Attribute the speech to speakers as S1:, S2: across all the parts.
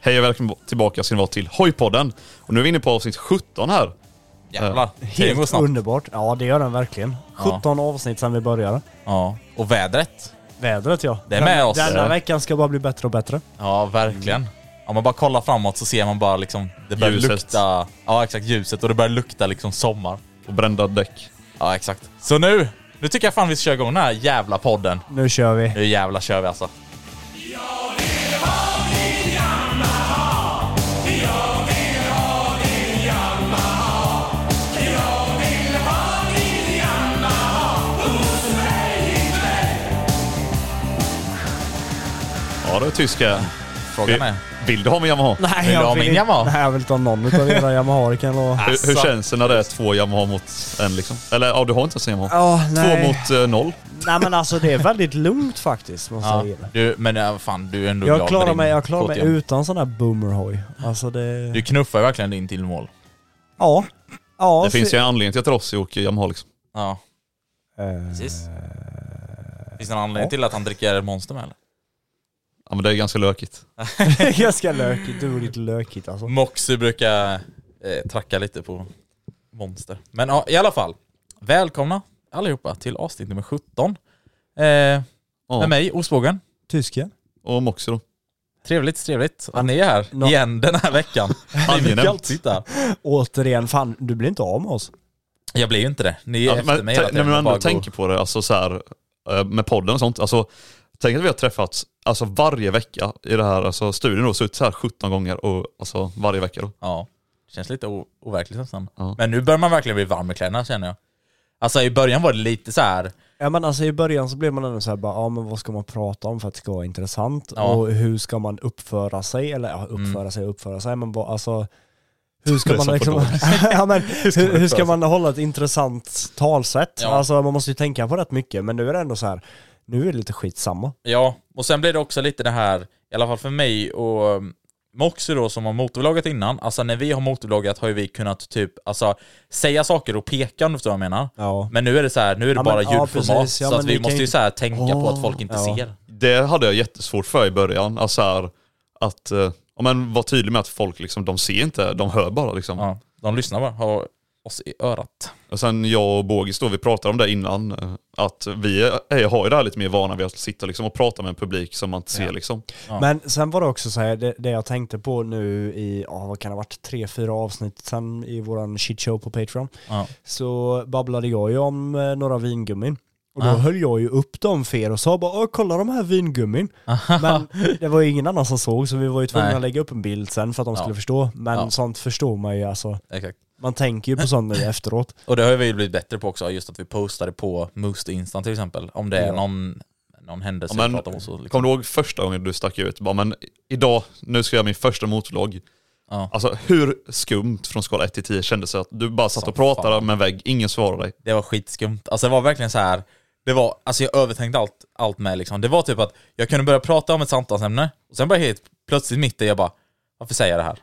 S1: Hej och välkomna tillbaka ska ni vara till Hojpodden. Och nu är vi inne på avsnitt 17 här.
S2: Jävlar. Tiden går
S3: Helt
S2: snabbt.
S3: underbart. Ja, det gör den verkligen. 17 avsnitt sedan vi började.
S2: Ja. Och vädret.
S3: Vädret ja.
S2: Det är med
S3: Den-
S2: oss.
S3: Denna
S2: Ja.
S3: veckan ska bara bli bättre och bättre.
S2: Ja, verkligen. Mm. Om man bara kollar framåt så ser man bara liksom... Det börjar
S1: Ljuset.
S2: lukta... Ja, exakt. Ljuset. Och det börjar lukta liksom sommar.
S1: Och brända däck.
S2: Ja, exakt. Så nu! Nu tycker jag fan vi ska köra igång den här jävla podden.
S3: Nu kör vi.
S2: Nu jävla kör vi alltså.
S1: Ja, det är tyska.
S2: Frågan
S1: Vill,
S2: är...
S1: vill du ha med Yamaha?
S3: Nej,
S2: Vill du ha min
S3: inte-
S2: Yamaha?
S3: Nej, jag vill inte ha någon utav era Yamahar kan jag lova.
S1: Hur, hur
S2: Asså.
S1: känns det när det är två Yamaha mot en liksom? Eller ja, du har inte ens en Yamaha.
S3: Ja, nej.
S1: två mot eh, noll.
S3: Nej men alltså det är väldigt lugnt faktiskt måste
S2: Ja,
S3: jag ge dig.
S2: du, men ja, fan, du är ändå glad
S3: Jag
S2: för
S3: klarar
S2: din
S3: mig, jag klarar mig
S2: KTM.
S3: utan sån här boomerhoj. Alltså det...
S2: Du knuffar ju verkligen in till mål.
S3: Ja.
S1: Det
S3: Ja.
S2: Alltså-
S3: fy-
S1: finns ju en anledning till att Rossi åker Yamaha liksom.
S2: Ja.
S3: Eh,
S2: Precis. Finns det någon anledning till att han dricker Monster med eller?
S1: Ja, men det är ganska lökigt.
S3: Ganska lökigt. Du är lite lökigt alltså.
S2: Moxie brukar eh, tracka lite på monster. Men ja, i alla fall. Välkomna allihopa till avsnitt nummer 17. Eh,
S1: Ja.
S2: Med mig, Osbågen.
S3: Tysken?
S1: Och Moxie då.
S2: Trevligt, trevligt att ni är här
S3: Nå-
S2: igen den här veckan. Ni brukar
S1: Angenämt.
S2: alltid sitta här.
S3: Återigen, fan du blir inte av med oss.
S2: Jag blir ju inte det. Ni är
S1: Ja,
S2: efter
S1: men,
S2: mig
S1: t-
S2: hela
S1: när
S2: tiden.
S1: man
S2: Bara
S1: ändå
S2: gå-
S1: tänker på det, alltså så här, eh, med podden och sånt. Alltså, tänk att vi har träffats alltså, varje vecka i det här alltså, studion och suttit så här 17 gånger och, alltså, varje vecka. Då.
S2: Ja, det känns lite o- overkligt nästan.
S1: Ja.
S2: Men nu börjar man verkligen bli varm i kläderna känner jag. Alltså i början var det lite så här.
S3: Ja men alltså i början så blev man ändå såhär bara, ja men vad ska man prata om för att det ska vara intressant?
S2: Ja.
S3: Och hur ska man uppföra sig? Eller ja, uppföra sig och uppföra sig, men bara, alltså hur ska
S1: Det är
S3: man
S1: som
S3: liksom, ja, men, hur, hur ska man hålla ett intressant talsätt?
S2: Ja.
S3: Alltså man måste ju tänka på rätt mycket, men nu är det ändå så här. nu är det lite skitsamma.
S2: Ja, och sen blir det också lite det här, i alla fall för mig och um, Moxie då som har motorvloggat innan, alltså när vi har motorvloggat har ju vi kunnat typ, alltså säga saker och peka om du förstår vad jag menar.
S3: Ja.
S2: Men nu är det så här, nu är det
S3: Ja, men-
S2: bara
S3: ja,
S2: ljudformat,
S3: precis. Ja,
S2: så att
S3: men
S2: vi
S3: vi kan
S2: måste ju
S3: ju-
S2: så här tänka på att folk inte
S3: ja.
S2: ser.
S1: Det hade jag jättesvårt för i början. Alltså, så här, att eh, ja, men, vara tydlig med att folk liksom, de ser inte, de hör bara. Liksom.
S2: Ja, de lyssnar bara, har oss i örat.
S1: Och sen jag och Bågis då, vi pratade om det innan, eh, att vi är, har ju det här lite mer vana vid att sitta liksom, och prata med en publik som man inte ser. Liksom.
S2: Ja.
S3: Men sen var det också så här, det, det jag tänkte på nu i, ja vad kan det ha varit, tre, fyra avsnitt sen i våran shitshow på Patreon.
S2: Ja.
S3: så babblade jag ju om eh, några vingummin. Och då
S2: Ah.
S3: höll jag ju upp dem för er och sa bara "Åh, kolla de här vingummin. Men det var ju ingen annan som såg så vi var ju tvungna
S2: Ah. Nej.
S3: att lägga upp en bild sen för att de
S2: Ja.
S3: skulle förstå. Men
S2: Ja.
S3: sånt förstår man ju alltså.
S2: Exakt.
S3: Man tänker ju på sånt nu efteråt.
S2: Och det har vi ju blivit bättre på också, just att vi postar det på Moose to Instant till exempel, om det är
S3: Ja.
S2: någon, någon händelse
S1: Ja, men-
S2: vi pratar om. Så, liksom.
S1: Kommer du ihåg första gången du stack ut? Bara, men idag, nu ska jag göra min första motvlogg.
S2: Ja.
S1: Alltså hur skumt från skala 1 till 10 kändes det att du bara satt
S2: Som
S1: och pratade
S2: fan.
S1: med en vägg, ingen svarade dig.
S2: Det var skitskumt. Alltså det var verkligen så här. Det var, alltså jag övertänkte allt, allt med liksom. Det var typ att jag kunde börja prata om ett samtalsämne, och sen bara helt plötsligt mitt i, jag bara, varför säger jag det här?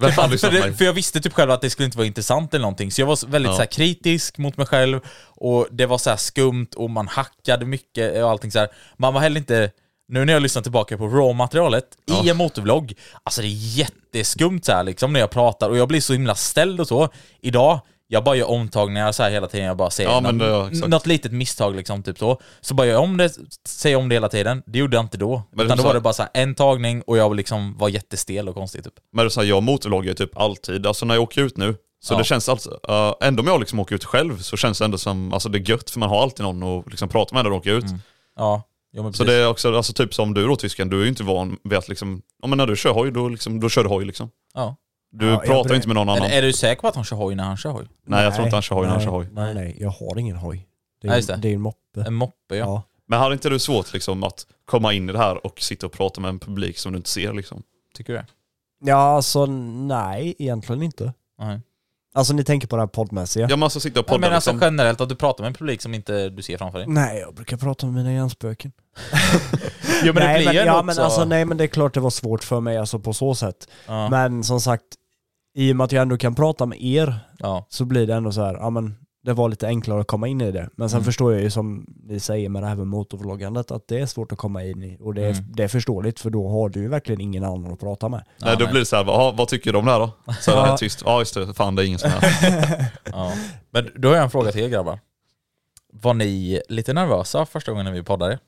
S1: Vem fan
S2: för,
S1: lyssnar
S2: Typ för,
S1: på
S2: det,
S1: mig?
S2: för jag visste typ själv att det skulle inte vara intressant eller någonting, så jag var så- väldigt
S1: Ja.
S2: så här kritisk mot mig själv, och det var så här skumt, och man hackade mycket och allting så här. Man var heller inte, nu när jag lyssnar tillbaka på raw-materialet i en motorvlogg, alltså det är jätteskumt så här liksom när jag pratar, och jag blir så himla ställd och så. Idag, jag bara gör omtagningar så här hela tiden, jag bara säger
S1: Ja, men
S2: något-
S1: det- ja, exakt.
S2: något litet misstag liksom, typ så. Så bara gör jag om det, säger om det hela tiden. Det gjorde jag inte då.
S1: Men
S2: Utan
S1: du
S2: då
S1: sa-
S2: var det bara så här, en tagning och jag liksom var jättestel och konstig typ.
S1: Men det är så här, jag motorvloggar ju typ alltid, alltså när jag åker ut nu. Så
S2: Ja.
S1: det känns alltså, eh, ändå om jag liksom åker ut själv så känns det ändå som, alltså det är gött för man har alltid någon att liksom prata med när du åker ut.
S2: Ja, jo, men
S1: Så
S2: precis.
S1: det är också, alltså typ som du då tysken, du är ju inte van vid att liksom, ja men när du kör hoj, då, liksom, då kör du hoj liksom.
S2: ja.
S1: Du
S3: Ja, jag
S1: pratar
S3: bre-
S1: ju inte med någon annan.
S2: Är, är du säker på att han kör hoj när han kör hoj?
S1: Nej jag tror inte han kör hoj när han
S3: Nej,
S1: kör hoj.
S3: Nej, nej, jag har ingen hoj. Det
S2: Nej,
S3: är,
S2: just det.
S3: det. det är en moppe.
S2: En moppe ja.
S3: Ja.
S1: Men hade inte du svårt liksom att komma in i det här och sitta och prata med en publik som du inte ser liksom?
S2: Tycker du det?
S3: ja, alltså nej, egentligen inte.
S2: Nej.
S3: Alltså ni tänker på det här poddmässiga.
S1: Ja men alltså sitta och podda
S2: Jag menar alltså
S1: liksom.
S2: generellt att du pratar med en publik som inte du ser framför dig.
S3: Nej, jag brukar prata om mina hjärnspöken.
S2: Jo men
S3: nej,
S2: det blir ju
S3: men,
S2: ändå
S3: ja,
S2: också...
S3: men alltså, nej men det är klart det var svårt för mig alltså på så sätt.
S2: ja,
S3: Men som sagt, i och med att jag ändå kan prata med er
S2: ja.
S3: så blir det ändå så här, ja men det var lite enklare att komma in i det. Men
S2: Mm.
S3: sen förstår jag ju som ni säger med det här med motorvloggandet att det är svårt att komma in i och det är,
S2: Mm.
S3: det är förståeligt för då har du ju verkligen ingen annan att prata med.
S1: Nej, då
S2: nej.
S1: blir det så här, "Jaha, vad tycker du om det här då? Så är det
S3: Ja.
S1: tyst. Ja just det, fan det är ingen som är.
S2: Ja. Men då har jag en fråga till er grabbar. Var ni lite nervösa första gången när vi poddade?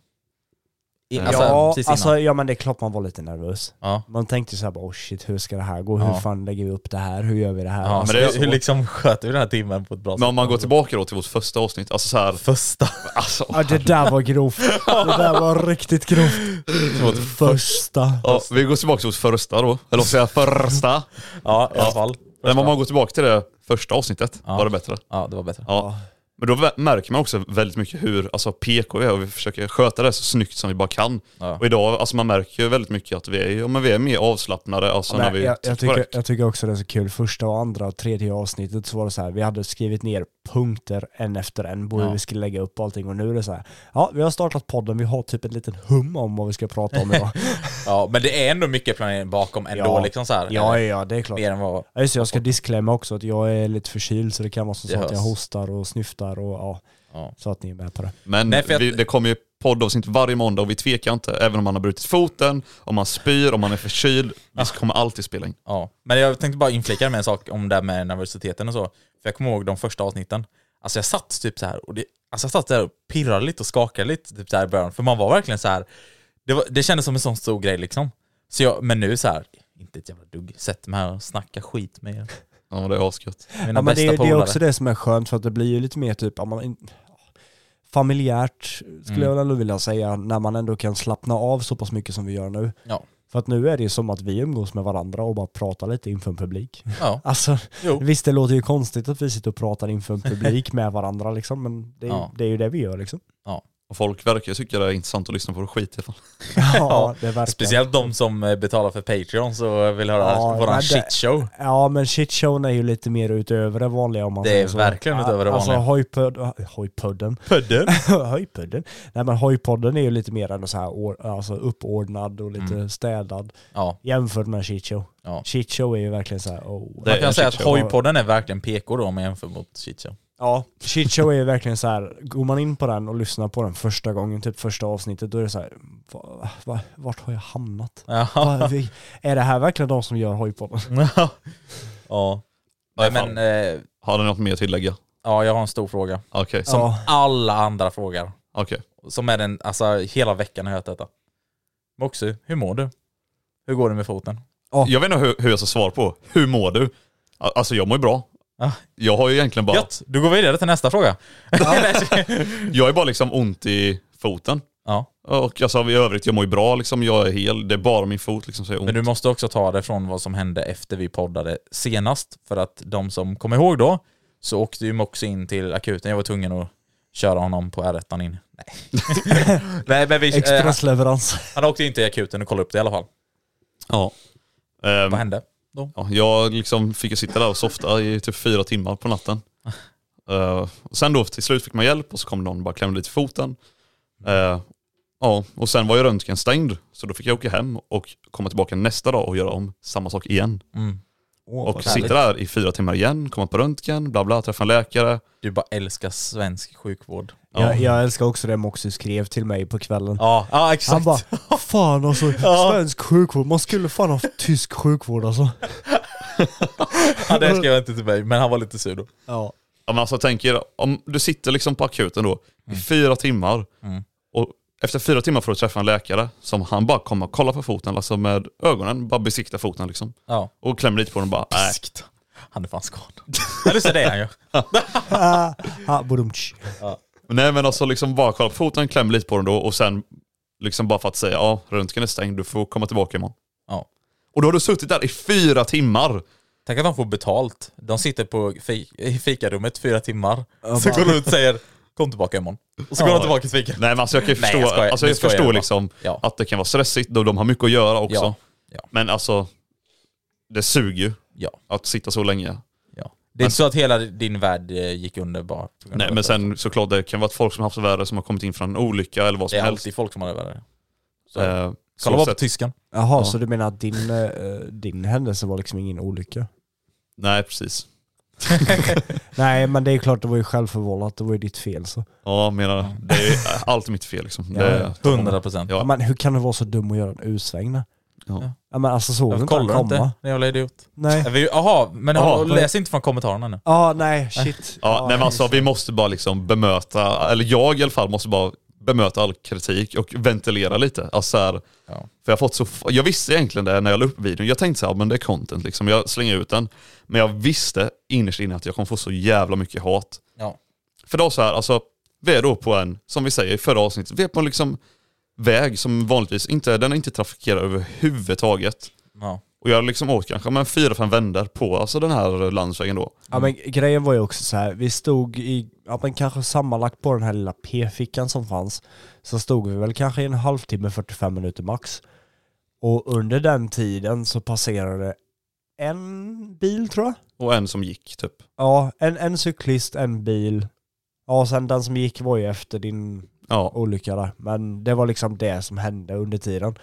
S2: I, alltså,
S3: ja,
S2: precis innan.
S3: alltså, ja men det är klart man var lite nervös.
S2: ja.
S3: Man tänkte så här bara oh shit hur ska det här gå?
S2: Ja.
S3: Hur fan lägger vi upp det här? Hur gör vi det här?
S2: Ja,
S3: alltså,
S2: men det,
S1: så-
S2: hur liksom sköter vi den här timmen på ett bra
S1: Men
S2: sätt?
S1: om man går tillbaka då till vårt första avsnitt, alltså så här,
S2: Första.
S1: alltså,
S3: ja, det där var grovt. Det där var riktigt grovt.
S2: typ
S1: Vårt
S3: Första.
S1: ja, vi går tillbaka till vårt första då, eller vad säger jag, första.
S2: Ja, i alla fall.
S1: Men om man går tillbaka till det första avsnittet,
S2: Ja.
S1: var det bättre?
S2: Ja, det var bättre.
S1: Ja. Men då vä- märker man också väldigt mycket hur alltså, PK vi är och vi försöker sköta det så snyggt som vi bara kan.
S2: Ja.
S1: Och idag, alltså man märker ju väldigt mycket att vi är, ja, men vi är mer avslappnade alltså, när
S3: Men
S1: vi
S3: jag, jag,
S1: tittar på
S3: tycker,
S1: det.
S3: jag tycker också det är så kul, första och andra och tredje avsnittet så var det så här, vi hade skrivit ner punkter en efter en på hur
S2: Ja.
S3: vi skulle lägga upp allting och nu är det så här, ja vi har startat podden, vi har typ en liten hum om vad vi ska prata om idag.
S2: Ja, men det är ändå mycket planering bakom ändå
S3: Ja.
S2: liksom så här.
S3: ja, ja,
S2: Eller,
S3: ja, det är klart.
S2: Mer än vad...
S3: Ja, just det, jag ska disclaima också att jag är lite förkyld så det kan vara så,
S2: Det
S3: att jag
S2: hörs.
S3: hostar och snyftar och ja,
S2: Ja.
S3: så att ni är med på det.
S1: Men
S2: Nej, för jag-
S1: vi, det kommer ju poddavsnitt varje måndag och vi tvekar inte. Även om man har brutit foten, om man spyr, om man är förkyld. Vi kommer alltid spela in.
S2: Ja, men jag tänkte bara inflika med en sak om det här med nervositeten och så. För jag kommer ihåg de första avsnitten. Alltså jag satt typ så här och det, alltså jag satt där och pirrade lite och skakade lite typ så här i början. För man var verkligen så här. Det, var, det kändes som en sån stor grej liksom. Så jag, men nu så här, inte ett jävla dugg. Sätt mig här och snacka skit med er.
S1: Ja, det är asgött.
S2: Mina
S3: Ja, men det,
S2: bästa
S3: är- det är
S2: polare.
S3: också det som är skönt för att det blir ju lite mer typ, ja, man, in- familjärt skulle
S2: Mm.
S3: jag ändå vilja säga, när man ändå kan slappna av så pass mycket som vi gör nu.
S2: Ja.
S3: För att nu är det ju som att vi umgås med varandra och bara pratar lite inför en publik.
S2: Ja,
S3: Alltså,
S2: Jo.
S3: visst det låter ju konstigt att vi sitter och pratar inför en publik med varandra liksom, men det är,
S2: Ja.
S3: det är ju det vi gör liksom.
S1: Och folk verkar ju tycka det är intressant att lyssna på vår skit i alla fall.
S2: Ja,
S3: Ja, det verkar.
S2: speciellt de som eh, betalar för Patreon så vill höra
S3: Ja, men
S2: våran
S3: det-
S2: shitshow.
S3: Ja, men shitshowen är ju lite mer utöver det vanliga om man
S2: Det är
S3: säger så.
S2: verkligen utöver det
S3: Alltså
S2: vanliga.
S3: hojpud, hojpudden,
S2: Pudden.
S3: höjpudden. Nej men höjpodden är ju lite mer än så här or, alltså uppordnad och lite städad
S2: Ja,
S3: jämfört med shitshow.
S2: Mm. Ja.
S3: Shitshow är ju verkligen så här, oh.
S1: Det
S2: man
S1: är en
S2: kan säga att
S1: shitshow.
S2: hojpodden är verkligen PK då om man jämför mot shitshow.
S3: Ja, shitshow är ju verkligen så här. går man in på den och lyssnar på den första gången, typ första avsnittet, då är det så här, va, va, vart har jag hamnat?
S2: Ja.
S3: Va, vi, är det här verkligen de som gör hojpodden?
S2: Eh, ja.
S1: Nej,
S2: Nej,
S1: fan.
S2: men, eh,
S1: Har ni något mer att tillägga?
S2: ja, jag har en stor fråga.
S1: Okej,
S2: Som
S3: Ja.
S2: alla andra frågor.
S1: okej.
S2: Som är den, alltså hela veckan har jag hört detta. Moxie, hur mår du? Hur går det med foten?
S1: Jag vet inte hur, hur jag ska svara på. Hur mår du? A- Alltså jag mår ju bra.
S2: Ah.
S1: Jag har ju egentligen bara,
S2: Gött, du går vidare till nästa fråga.
S1: jag är bara liksom ont i foten.
S2: ja,
S1: Och alltså i övrigt, jag mår ju bra liksom. Jag är hel. Det är bara min fot liksom som gör ont.
S2: men du måste också ta det från vad som hände efter vi poddade senast. För att de som kommer ihåg då, så åkte ju Moxie in till akuten. Jag var tvungen att köra honom på r in. Nej. Nej, men vi, eh,
S3: Expressleverans.
S2: han åkte in till akuten och kollade upp det i alla fall.
S1: Ja. Ehm,
S2: Vad hände?
S1: Ja, jag liksom fick ju sitta där och softa i typ fyra timmar på natten. Eh, och sen då till slut fick man hjälp och så kom någon och bara klämde lite foten. Eh, ja, och sen var ju röntgen stängd så då fick jag åka hem och komma tillbaka nästa dag och göra om samma sak igen.
S2: Mm.
S1: Och
S2: härligt.
S1: sitta där i fyra timmar igen, komma på röntgen, bla bla, träffa en läkare.
S2: Du bara älskar svensk sjukvård.
S3: Jag, jag älskar också det Moxie skrev till mig på kvällen.
S2: Ja, ja exakt.
S3: Han bara, fan alltså,
S2: Ja.
S3: svensk sjukvård, man skulle fan ha tysk sjukvård alltså.
S2: Ja, det skrev han inte till mig, men han var lite sur då.
S3: Ja.
S1: Ja, men alltså tänk er, om du sitter liksom på akuten då i fyra timmar
S2: Mm.
S1: och efter fyra timmar får du träffa en läkare som han bara kommer och kollar på foten, alltså med ögonen, bara besikta foten liksom.
S2: Ja.
S1: Och klämmer lite på den och bara nej.
S2: Piskt. Han är fan skadad. Eller så det är han ju.
S3: Ah, ah, badumtsch.
S1: Nej men alltså liksom bara kolla på foten, klämmer lite på den då och sen liksom bara för att säga ja, röntgen är stängd, du får komma tillbaka imorgon.
S2: Ja.
S1: Och då har du suttit där i fyra timmar.
S2: Tänk att de får betalt. De sitter på fi i fikarummet fyra timmar.
S3: Ja,
S2: så
S3: bara-
S2: går de ut och säger Kom tillbaka imorgon. Och så går
S1: Ja.
S2: de tillbaka till fikat.
S1: Nej men alltså jag kan ju
S2: Nej,
S1: förstå,
S2: jag skojar.
S1: alltså,
S2: Nu
S1: jag
S2: skojar
S1: förstår
S2: jag bara.
S1: liksom
S2: Ja.
S1: att det kan vara stressigt och de har mycket att göra också.
S2: Ja. Ja.
S1: Men alltså, det suger ju
S2: Ja.
S1: att sitta så länge.
S2: ja. Det är inte så att hela din värld eh, gick under bara på grund av
S1: Nej
S2: detta.
S1: men sen såklart det kan vara att folk som haft det värre som har kommit in från en olycka eller vad
S2: Det
S1: som
S2: är
S1: helst.
S2: alltid folk som har det värre. Så.
S1: Eh, så
S2: Kolla bara på
S1: sett-
S2: tyskan.
S3: Jaha,
S1: Ja.
S3: så du menar att din, eh, din händelse var liksom ingen olycka?
S1: Nej precis.
S3: Nej men det är klart, det var ju självförvållat. Det var ju ditt fel så.
S1: Ja, menar, det är allt mitt fel liksom. Det,
S3: Ja.
S1: är-
S2: 100 procent.
S1: Ja.
S3: Ja. Men hur kan du vara så dum och göra en utsväng? då?
S1: Ja.
S3: Ja, men alltså såg du
S2: Jag
S3: inte han
S2: kollar
S3: komma?
S2: inte, den jävla idiot.
S3: Nej.
S2: Är vi- Jaha, men
S1: Jaha,
S2: jag
S1: vad-
S2: läs inte från kommentarerna nu.
S3: Ja, nej shit.
S1: Ja, nej, men alltså, vi måste bara liksom bemöta, eller jag i alla fall måste bara bemöta all kritik och ventilera lite. Alltså, så här,
S2: Ja.
S1: för jag, har fått så, f- jag visste egentligen det när jag la upp videon. Jag tänkte så här, men det är content liksom. Jag slänger ut den. Men jag visste innerst inne att jag kommer få så jävla mycket hat.
S2: Ja.
S1: För det var så här, alltså, vi är då på en, som vi säger i förra avsnittet, vi är på en liksom väg som vanligtvis inte, den är inte trafikerad överhuvudtaget.
S2: Ja.
S1: Och jag har liksom åkt kanske men fyra, fem vändor på alltså, den här landsvägen då.
S3: Ja men grejen var ju också så här. vi stod i, ja men kanske sammanlagt på den här lilla p-fickan som fanns, så stod vi väl kanske i en halvtimme, 45 minuter max. Och under den tiden så passerade en bil tror jag.
S1: Och en som gick typ.
S3: Ja, en, en cyklist, en bil. Ja, sen den som gick var ju efter din
S1: Ja,
S3: olycka där. Men det var liksom det som hände under tiden.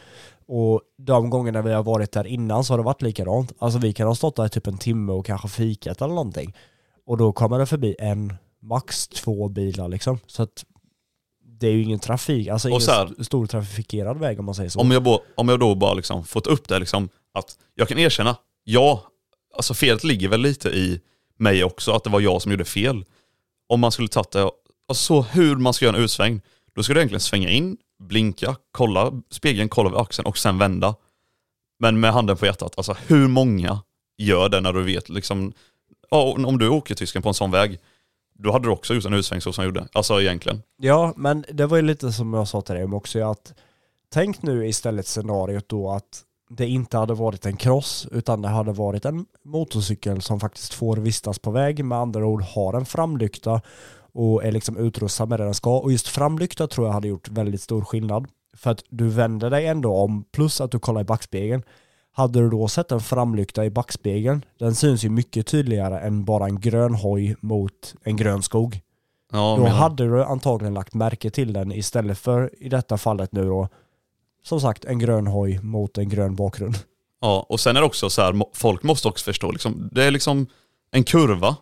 S3: Och de gångerna vi har varit där innan så har det varit likadant. Alltså vi kan ha stått där i typ en timme och kanske fikat eller någonting. Och då kommer det förbi en, max två bilar liksom. Så att det är ju ingen trafik, alltså
S1: Och
S3: ingen
S1: så här-
S3: st- stor trafikerad väg om man säger så.
S1: om jag, bo, om jag då bara liksom fått upp det liksom att jag kan erkänna, ja, alltså felet ligger väl lite i mig också, att det var jag som gjorde fel. Om man skulle tagit det, alltså så hur man ska göra en utsväng, då ska du egentligen svänga in, blinka, kolla spegeln, kolla över axeln och sen vända. Men med handen på hjärtat, alltså hur många gör det när du vet liksom, ja, om du åker tysken på en sån väg, då hade du också gjort en utsväng så som jag gjorde, alltså egentligen.
S3: Ja, men det var ju lite som jag sa till dig om också att tänk nu istället scenariot då att det inte hade varit en kross utan det hade varit en motorcykel som faktiskt får vistas på väg med andra ord har en framlykta och är liksom utrustad med det den ska och just framlykta tror jag hade gjort väldigt stor skillnad för att du vänder dig ändå om plus att du kollar i backspegeln hade du då sett en framlykta i backspegeln den syns ju mycket tydligare än bara en grön hoj mot en grön skog
S1: Ja,
S3: då
S1: men-
S3: hade du antagligen lagt märke till den istället för i detta fallet nu då, som sagt en grön hoj mot en grön bakgrund.
S1: Ja, och sen är det också så här, må- folk måste också förstå, liksom, det är liksom en kurva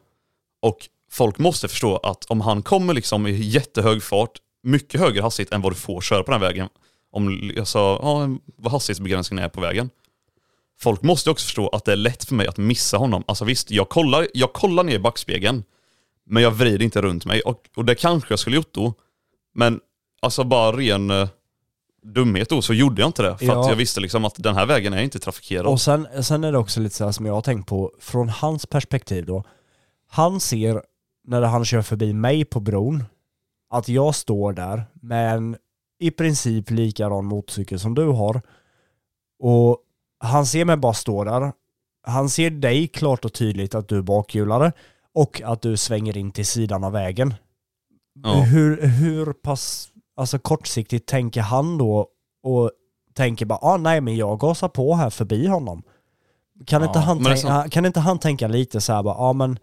S1: och folk måste förstå att om han kommer liksom i jättehög fart, mycket högre hastighet än vad du får köra på den här vägen, om alltså, ja, vad hastighetsbegränsningen är på vägen. Folk måste också förstå att det är lätt för mig att missa honom. Alltså visst, jag kollar, jag kollar ner i backspegeln, men jag vrider inte runt mig. Och, och det kanske jag skulle gjort då, men alltså bara ren eh, dumhet då så gjorde jag inte det. För att
S3: Ja.
S1: jag visste liksom att den här vägen är inte trafikerad.
S3: Och sen, sen är det också lite så här som jag har tänkt på från hans perspektiv då. Han ser när han kör förbi mig på bron att jag står där med en i princip likadan motorcykel som du har. Och han ser mig bara stå där. Han ser dig klart och tydligt att du är bakhjulare och att du svänger in till sidan av vägen.
S1: ja.
S3: Hur, hur pass alltså kortsiktigt tänker han då och tänker bara ah, nej men jag gasar på här förbi honom. Kan,
S2: Ja,
S3: inte, han
S1: men alltså- det är
S3: tänk-
S1: sant.
S3: kan inte han tänka lite så här bara ah, men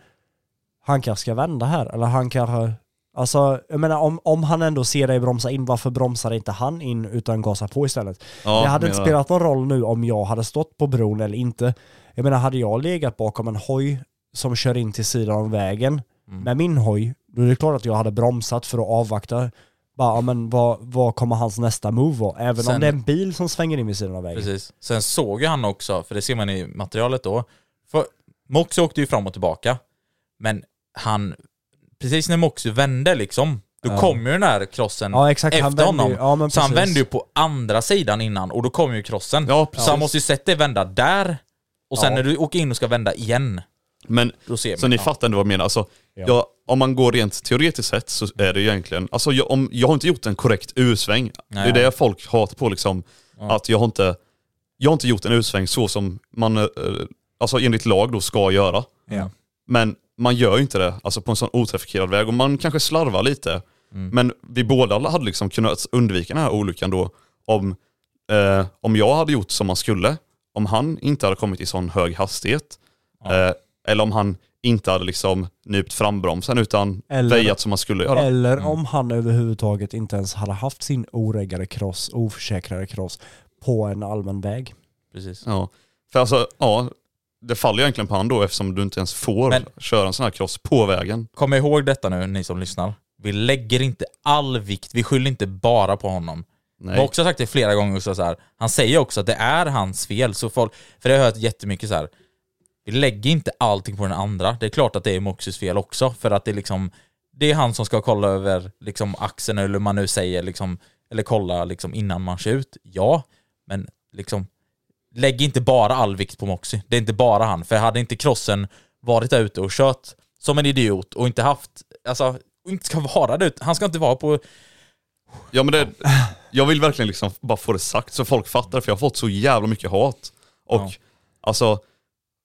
S3: han kanske ska vända här eller han kanske Alltså, jag menar om, om han ändå ser dig bromsa in, varför bromsar inte han in utan gasar på istället?
S1: Ja,
S3: det hade inte
S1: menar-
S3: spelat någon roll nu om jag hade stått på bron eller inte. Jag menar, hade jag legat bakom en hoj som kör in till sidan av vägen med min hoj, då är det klart att jag hade bromsat för att avvakta. Bara, ja, men vad, vad kommer hans nästa move vara? Även
S2: Sen-
S3: om det är en bil som svänger in vid sidan av vägen.
S2: Precis. Sen såg ju han också, för det ser man i materialet då, för Moxie åkte ju fram och tillbaka, men han, precis när Moxie vände liksom, då
S3: Ja.
S2: kom ju den här krossen
S3: Ja exakt, han
S2: efter
S3: vände
S2: honom.
S3: ju- ja, men
S2: så han
S3: precis.
S2: vände ju på andra sidan innan och då kom ju krossen.
S1: Ja,
S2: så
S1: precis.
S2: han måste ju sett dig vända där, och sen
S3: Ja.
S2: när du åker in och ska vända igen,
S1: Men
S2: då ser
S1: Så
S2: man.
S1: ni
S2: ja.
S1: fattar ändå vad jag menar. Alltså,
S3: Ja.
S1: jag, om man går rent teoretiskt sett så är det ju egentligen, alltså jag, om, jag har inte gjort en korrekt U-sväng. Det
S2: Nej.
S1: är det folk hatar på liksom. Att jag har inte, jag har inte gjort en U-sväng så som man, eh, alltså enligt lag då ska göra.
S2: Ja.
S1: Men man gör ju inte det alltså på en sån otrafikerad väg och man kanske slarvar lite. Men vi båda hade liksom kunnat undvika den här olyckan då om, eh, om jag hade gjort som man skulle, om han inte hade kommit i sån hög hastighet, eh, eller om han inte hade liksom nypt frambromsen utan
S3: Eller-
S1: väjat som man skulle göra.
S3: Eller om han överhuvudtaget inte ens hade haft sin oreggade kross, oförsäkrade kross på en allmän väg.
S2: Precis.
S1: Ja. För alltså, ja, det faller ju egentligen på han då eftersom du inte ens får
S2: Men-
S1: köra en sån här cross på vägen.
S2: Kom ihåg detta nu, ni som lyssnar. Vi lägger inte all vikt, vi skyller inte bara på honom. Jag
S1: Nej.
S2: har också sagt det flera gånger, också, så här, han säger också att det är hans fel. Så folk, för det har jag hört jättemycket så här. vi lägger inte allting på den andra. Det är klart att det är Moxys fel också, för att det är liksom, det är han som ska kolla över liksom, axeln eller hur man nu säger, liksom, eller kolla liksom, innan man kör ut. Ja, men liksom, lägg inte bara all vikt på Moxie. Det är inte bara han. För hade inte crossen varit där ute och kört som en idiot och inte haft, alltså, och inte ska vara där ute. Han ska inte vara på,
S1: Ja, men det, jag vill verkligen liksom bara få det sagt så folk fattar för jag har fått så jävla mycket hat. Och
S2: Ja.
S1: alltså,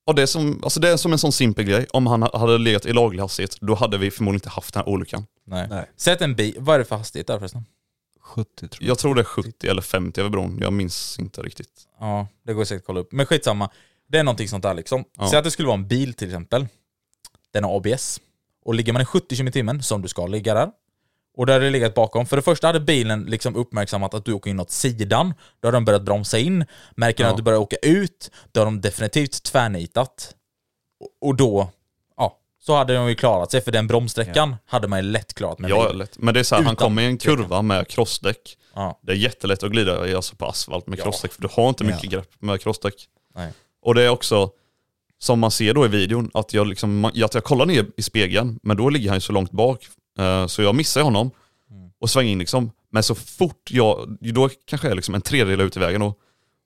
S1: och det, är som, alltså det är som en sån simpel grej. Om han hade legat i laglig hastighet då hade vi förmodligen inte haft den här olyckan.
S2: nej.
S3: Nej.
S2: Sätt en bil, vad är det för hastighet där förresten?
S3: 70 tror jag.
S1: Jag tror det är 70 eller 50 över bron, jag minns inte riktigt.
S2: Ja, det går säkert att kolla upp. Men skitsamma. Det är någonting sånt där liksom.
S1: Ja.
S2: Säg att det skulle vara en bil till exempel. Den har ABS. Och ligger man i 70 km i timmen, som du ska ligga där, och där hade det legat bakom. För det första hade bilen liksom uppmärksammat att du åker in åt sidan. Då har de börjat bromsa in. Märker de
S1: Ja.
S2: att du börjar åka ut, då har de definitivt tvärnitat. Och- Och då, ja, så hade de ju klarat sig. För den bromssträckan hade man ju lätt klarat med
S1: Ja,
S2: bil.
S1: lätt. Men det är så här, han
S2: Utan-
S1: kommer i en kurva med crossdäck.
S2: Ja.
S1: Det är jättelätt att glida i, alltså på asfalt med
S2: Ja.
S1: crossdäck för du har inte
S3: Ja.
S1: mycket grepp med crossdäck.
S2: Nej.
S1: Och det är också, som man ser då i videon, att jag, liksom, att jag kollar ner i spegeln men då ligger han ju så långt bak eh, så jag missar honom
S2: Mm.
S1: och svänger in liksom. Men så fort jag, då kanske jag är liksom en tredjedel ut i vägen och,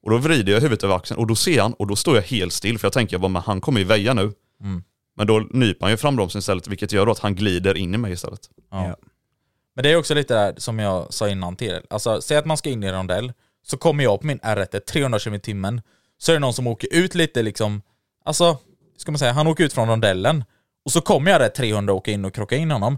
S1: och då vrider jag huvudet över axeln och då ser han och då står jag helt still för jag tänker bara men han kommer ju väja nu.
S2: Mm.
S1: Men då nyper han ju frambromsen istället vilket gör då att han glider in i mig istället.
S2: Ja.
S3: Ja.
S2: Men det är också lite där som jag sa innan till er. Alltså, säg att man ska in i en rondell, så kommer jag på min R1 300 km i timmen, så är det någon som åker ut lite liksom, alltså, ska man säga, han åker ut från rondellen, och så kommer jag där 300 och åker in och krockar in honom.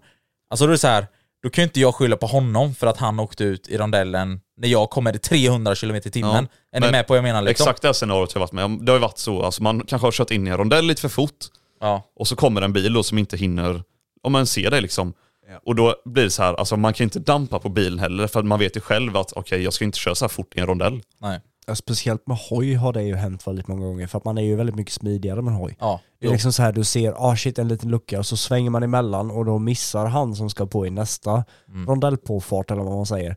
S2: Alltså då är det så här, då kan ju inte jag skylla på honom för att han åkte ut i rondellen när jag kommer i 300 km i timmen. är ni
S1: men-
S2: med på vad jag menar liksom?
S1: Exakt det här scenariot har jag varit med om. Det har ju varit så, alltså man kanske har kört in i en rondell lite för fort
S2: Ja.
S1: och så kommer en bil då som inte hinner, om man ser det liksom.
S3: Ja.
S1: Och då blir det så här, alltså man kan inte dampa på bilen heller för att man vet ju själv att okej jag ska inte köra så här fort i en rondell.
S2: Nej.
S3: Ja, Speciellt med hoj har det ju hänt väldigt många gånger för att man är ju väldigt mycket smidigare med hoj.
S2: Ja.
S3: Det är liksom så här, du ser, ah shit en liten lucka och så svänger man emellan och då missar han som ska på i nästa
S2: Mm.
S3: rondellpåfart eller vad man säger.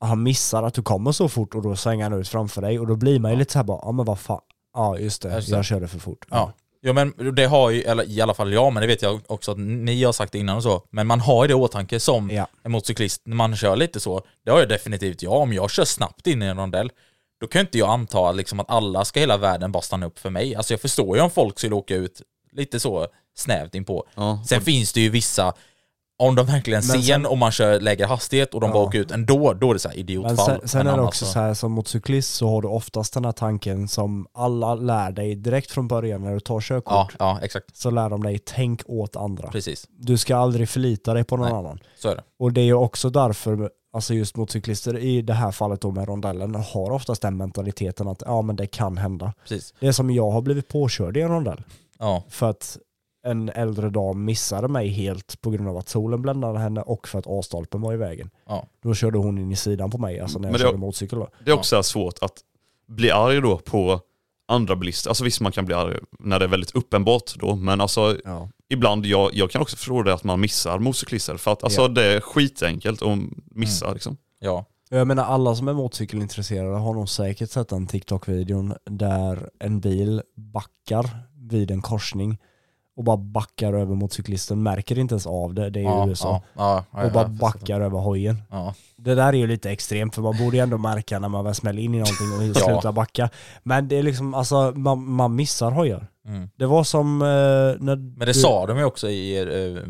S3: Han missar att du kommer så fort och då svänger han ut framför dig och då blir man ju lite så här bara, ja ah, men vad fan, ja ah, just det,
S2: Just det.
S3: jag körde för fort.
S2: Ja. Ja men det har ju, eller i alla fall jag, men det vet jag också att ni har sagt det innan och så, men man har ju det i åtanke som
S3: Ja.
S2: en motorcyklist när man kör lite så. Det har ju definitivt jag, om jag kör snabbt in i en rondell, då kan ju inte jag anta liksom att alla ska hela världen bara stanna upp för mig. Alltså jag förstår ju om folk skulle åka ut lite så snävt inpå.
S1: Ja.
S2: Sen finns det ju vissa, om de verkligen ser
S3: Men
S2: en och man kör lägre hastighet och de bara
S3: Ja.
S2: åker ut ändå, då är det så här
S3: Men
S2: idiotfall.
S3: sen, sen är det
S2: annars
S3: också så här, som motorcyklist så har du oftast den här tanken som alla lär dig direkt från början när du tar körkort.
S2: Ja, ja, exakt.
S3: Så lär de dig, tänk åt andra.
S2: Precis,
S3: Du ska aldrig förlita dig på någon
S2: Nej.
S3: annan.
S2: så är det.
S3: Och det är ju också därför, alltså just motorcyklister i det här fallet då med rondellen, har oftast den mentaliteten att ja men det kan hända.
S2: Precis.
S3: Det är som jag har blivit påkörd i en rondell.
S2: Ja,
S3: För att en äldre dam missade mig helt på grund av att solen bländade henne och för att A-stolpen var i vägen.
S2: Ja.
S3: Då körde hon in i sidan på mig, alltså när jag
S1: Men det-
S3: körde motorcykel då.
S1: Det är också så här svårt att bli arg då på andra bilister. Alltså visst man kan bli arg när det är väldigt uppenbart då, men alltså
S3: Ja.
S1: ibland, jag, jag kan också förstå det att man missar motorcyklister för att alltså
S3: Ja. Mm. det
S1: det är skitenkelt att missa liksom.
S2: ja.
S3: Jag menar alla som är motorcykelintresserade har nog säkert sett den TikTok-videon där en bil backar vid en korsning och bara backar över motorcyklisten, märker inte ens av det, det är ju
S2: ja,
S3: USA.
S2: ja, ja, ja,
S3: och bara
S2: ja,
S3: backar över hojen.
S2: Ja.
S3: Det där är ju lite extremt för man borde ju ändå märka när man väl smäller in i någonting och
S2: Ja.
S3: slutar backa. Men det är liksom, alltså man, man missar hojar.
S2: Mm.
S3: Det var som eh, när
S2: Men det
S3: du,
S2: sa de ju också i eh,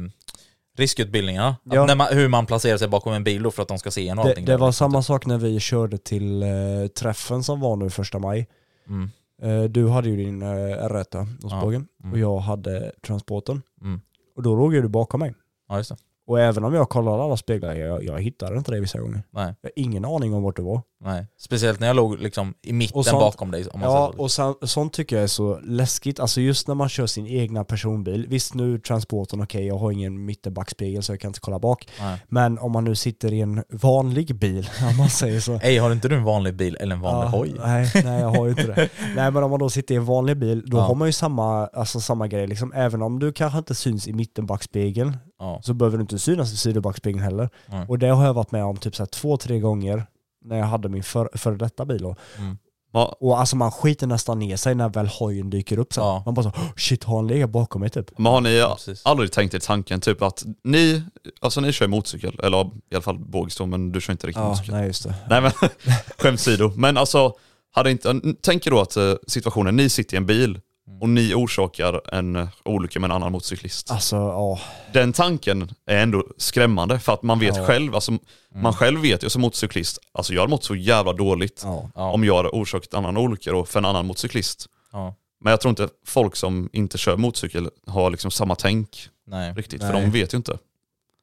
S2: riskutbildningarna. Att
S3: Ja.
S2: När man, hur man placerar sig bakom en bil då för att de ska se en och
S3: det,
S2: allting.
S3: det
S2: där.
S3: var samma sak när vi körde till eh, träffen som var nu första maj.
S2: Mm.
S3: Eh, du hade ju din eh, R1 Osbogen
S2: mm.
S3: och jag hade transporten.
S2: Mm.
S3: Och då låg ju du bakom mig.
S2: Ja, just det.
S3: Och även om jag kollade alla speglar, jag, jag hittade inte dig vissa gånger.
S2: Nej.
S3: Jag har ingen aning om vart du var.
S2: Nej. Speciellt när jag låg liksom i mitten
S3: Och sånt-
S2: bakom dig. Om man
S3: Ja,
S2: säger så.
S3: och sen, sånt tycker jag är så läskigt. Alltså just när man kör sin egna personbil. Visst nu transporten, okej jag har ingen mittenbackspegel så jag kan inte kolla bak.
S2: Nej.
S3: Men om man nu sitter i en vanlig bil, om man säger så.
S2: Ey, har inte du en vanlig bil eller en vanlig hoj?
S3: Nej, nej, jag har ju inte det. Nej, men om man då sitter i en vanlig bil, då
S2: Ja.
S3: har man ju samma, alltså, samma grej. Liksom. Även om du kanske inte syns i mittenbackspegeln
S2: Ja.
S3: så behöver du inte synas i sidobackspegeln heller.
S2: Mm.
S3: Och det har jag varit med om typ så här två, tre gånger när jag hade min för, före detta bil. Då.
S1: Ja,
S3: Och alltså man skiter nästan ner sig när väl hojen dyker upp. Sen.
S2: Ja.
S3: Man bara så, "Oh, shit har han legat bakom mig typ?
S1: men har ni
S2: precis.
S1: aldrig tänkt er tanken typ att ni, alltså ni kör motorcykel, eller i alla fall bågstå men du kör inte riktigt
S3: Ja,
S1: motorcykel.
S3: nej just det.
S1: Nej men skämt åsido. Men alltså, hade inte, tänk er då att eh, situationen, ni sitter i en bil
S3: Mm.
S1: och ni orsakar en eh, olycka med en annan motorcyklist.
S3: Alltså ja,
S1: Den tanken är ändå skrämmande för att man vet
S3: Ja. Mm.
S1: själv, alltså, man själv vet ju som motorcyklist, alltså jag hade mått så jävla dåligt
S3: ja.
S2: Ja.
S1: om jag hade orsakat en annan olycka då för en annan motorcyklist.
S2: Ja.
S1: Men jag tror inte folk som inte kör motorcykel har liksom samma tänk
S2: Nej.
S1: riktigt, för
S3: Nej.
S1: de vet ju inte.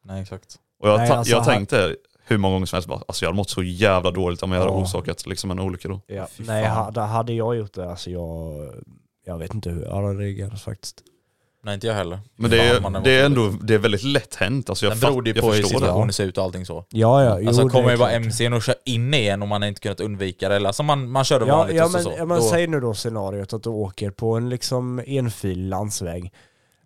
S2: Nej, exakt.
S1: Och jag,
S3: Nej,
S1: ta-
S3: alltså,
S1: jag
S3: här-
S1: tänkte hur många gånger som helst, bara, alltså jag hade mått så jävla dåligt om jag hade
S3: Ja.
S1: orsakat liksom en olycka då.
S3: ja.
S2: Fy
S3: Nej,
S2: fan.
S3: hade, hade jag gjort det, alltså jag, jag vet inte hur jag hade reagerat faktiskt.
S2: Nej, inte jag heller.
S1: Men det är,
S2: Fan, man har
S1: det är
S2: varit
S1: ändå det är väldigt lätt hänt. Alltså jag,
S2: Sen beror
S1: fatt,
S2: det ju
S1: jag
S2: på hur
S1: förstår det.
S2: situationen ser ut och allting så.
S3: Ja, ja. Jo,
S2: alltså kommer
S3: det är
S2: ju bara
S3: klart.
S2: MCn och kör in i en om man inte kunnat undvika det. Eller alltså man, man körde
S3: Ja,
S2: vanligt
S3: ja,
S2: och så.
S3: men,
S2: så.
S3: ja, men
S2: Då-
S3: säg nu då scenariot att du åker på en liksom enfil landsväg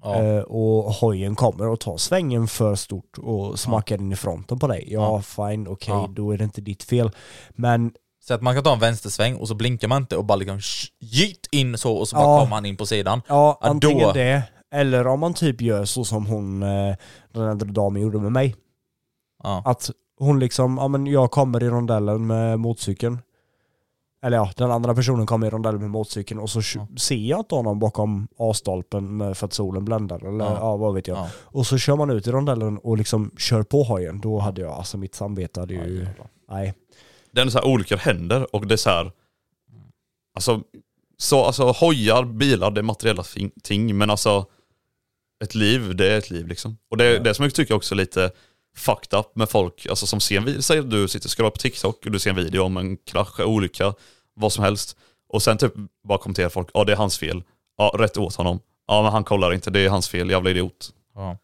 S2: ja.
S3: eh, och hojen kommer och tar svängen för stort och smackar in i fronten på dig. Ja,
S2: Ja.
S3: fine, okej,
S2: Ja.
S3: då är det inte ditt fel. Men
S2: Så att man kan ta en vänstersväng och så blinkar man inte och bara liksom sh- gyt in så och så bara
S3: Ja.
S2: kommer han in på sidan.
S3: ja,
S2: Ja,
S3: antingen
S2: då-
S3: det, eller om man typ gör så som hon, eh, den äldre damen gjorde med mig.
S2: Ja.
S3: Att hon liksom, ja men jag kommer i rondellen med motorcykeln. Eller ja, den andra personen kommer i rondellen med motorcykeln och så
S2: Ja.
S3: ser jag inte honom bakom A-stolpen med- för att solen bländar eller ja,
S2: Ja.
S3: vad vet jag.
S2: Ja.
S3: Och så kör man ut i rondellen och liksom kör på hojen. Då hade jag, alltså mitt samvete hade ju, nej.
S1: Det är ändå så här olyckor händer och det är så här, alltså, så, alltså hojar, bilar, det är materiella fin- ting men alltså ett liv, det är ett liv liksom. Och det är det som jag tycker också är lite fucked up med folk, alltså som ser en video, säg att du sitter och scrollar på TikTok och du ser en video om en krasch, en olycka, vad som helst. Och sen typ bara kommenterar folk, ja det är hans fel, ja rätt åt honom, ja men han kollar inte, det är hans fel, jävla idiot.
S2: Ja.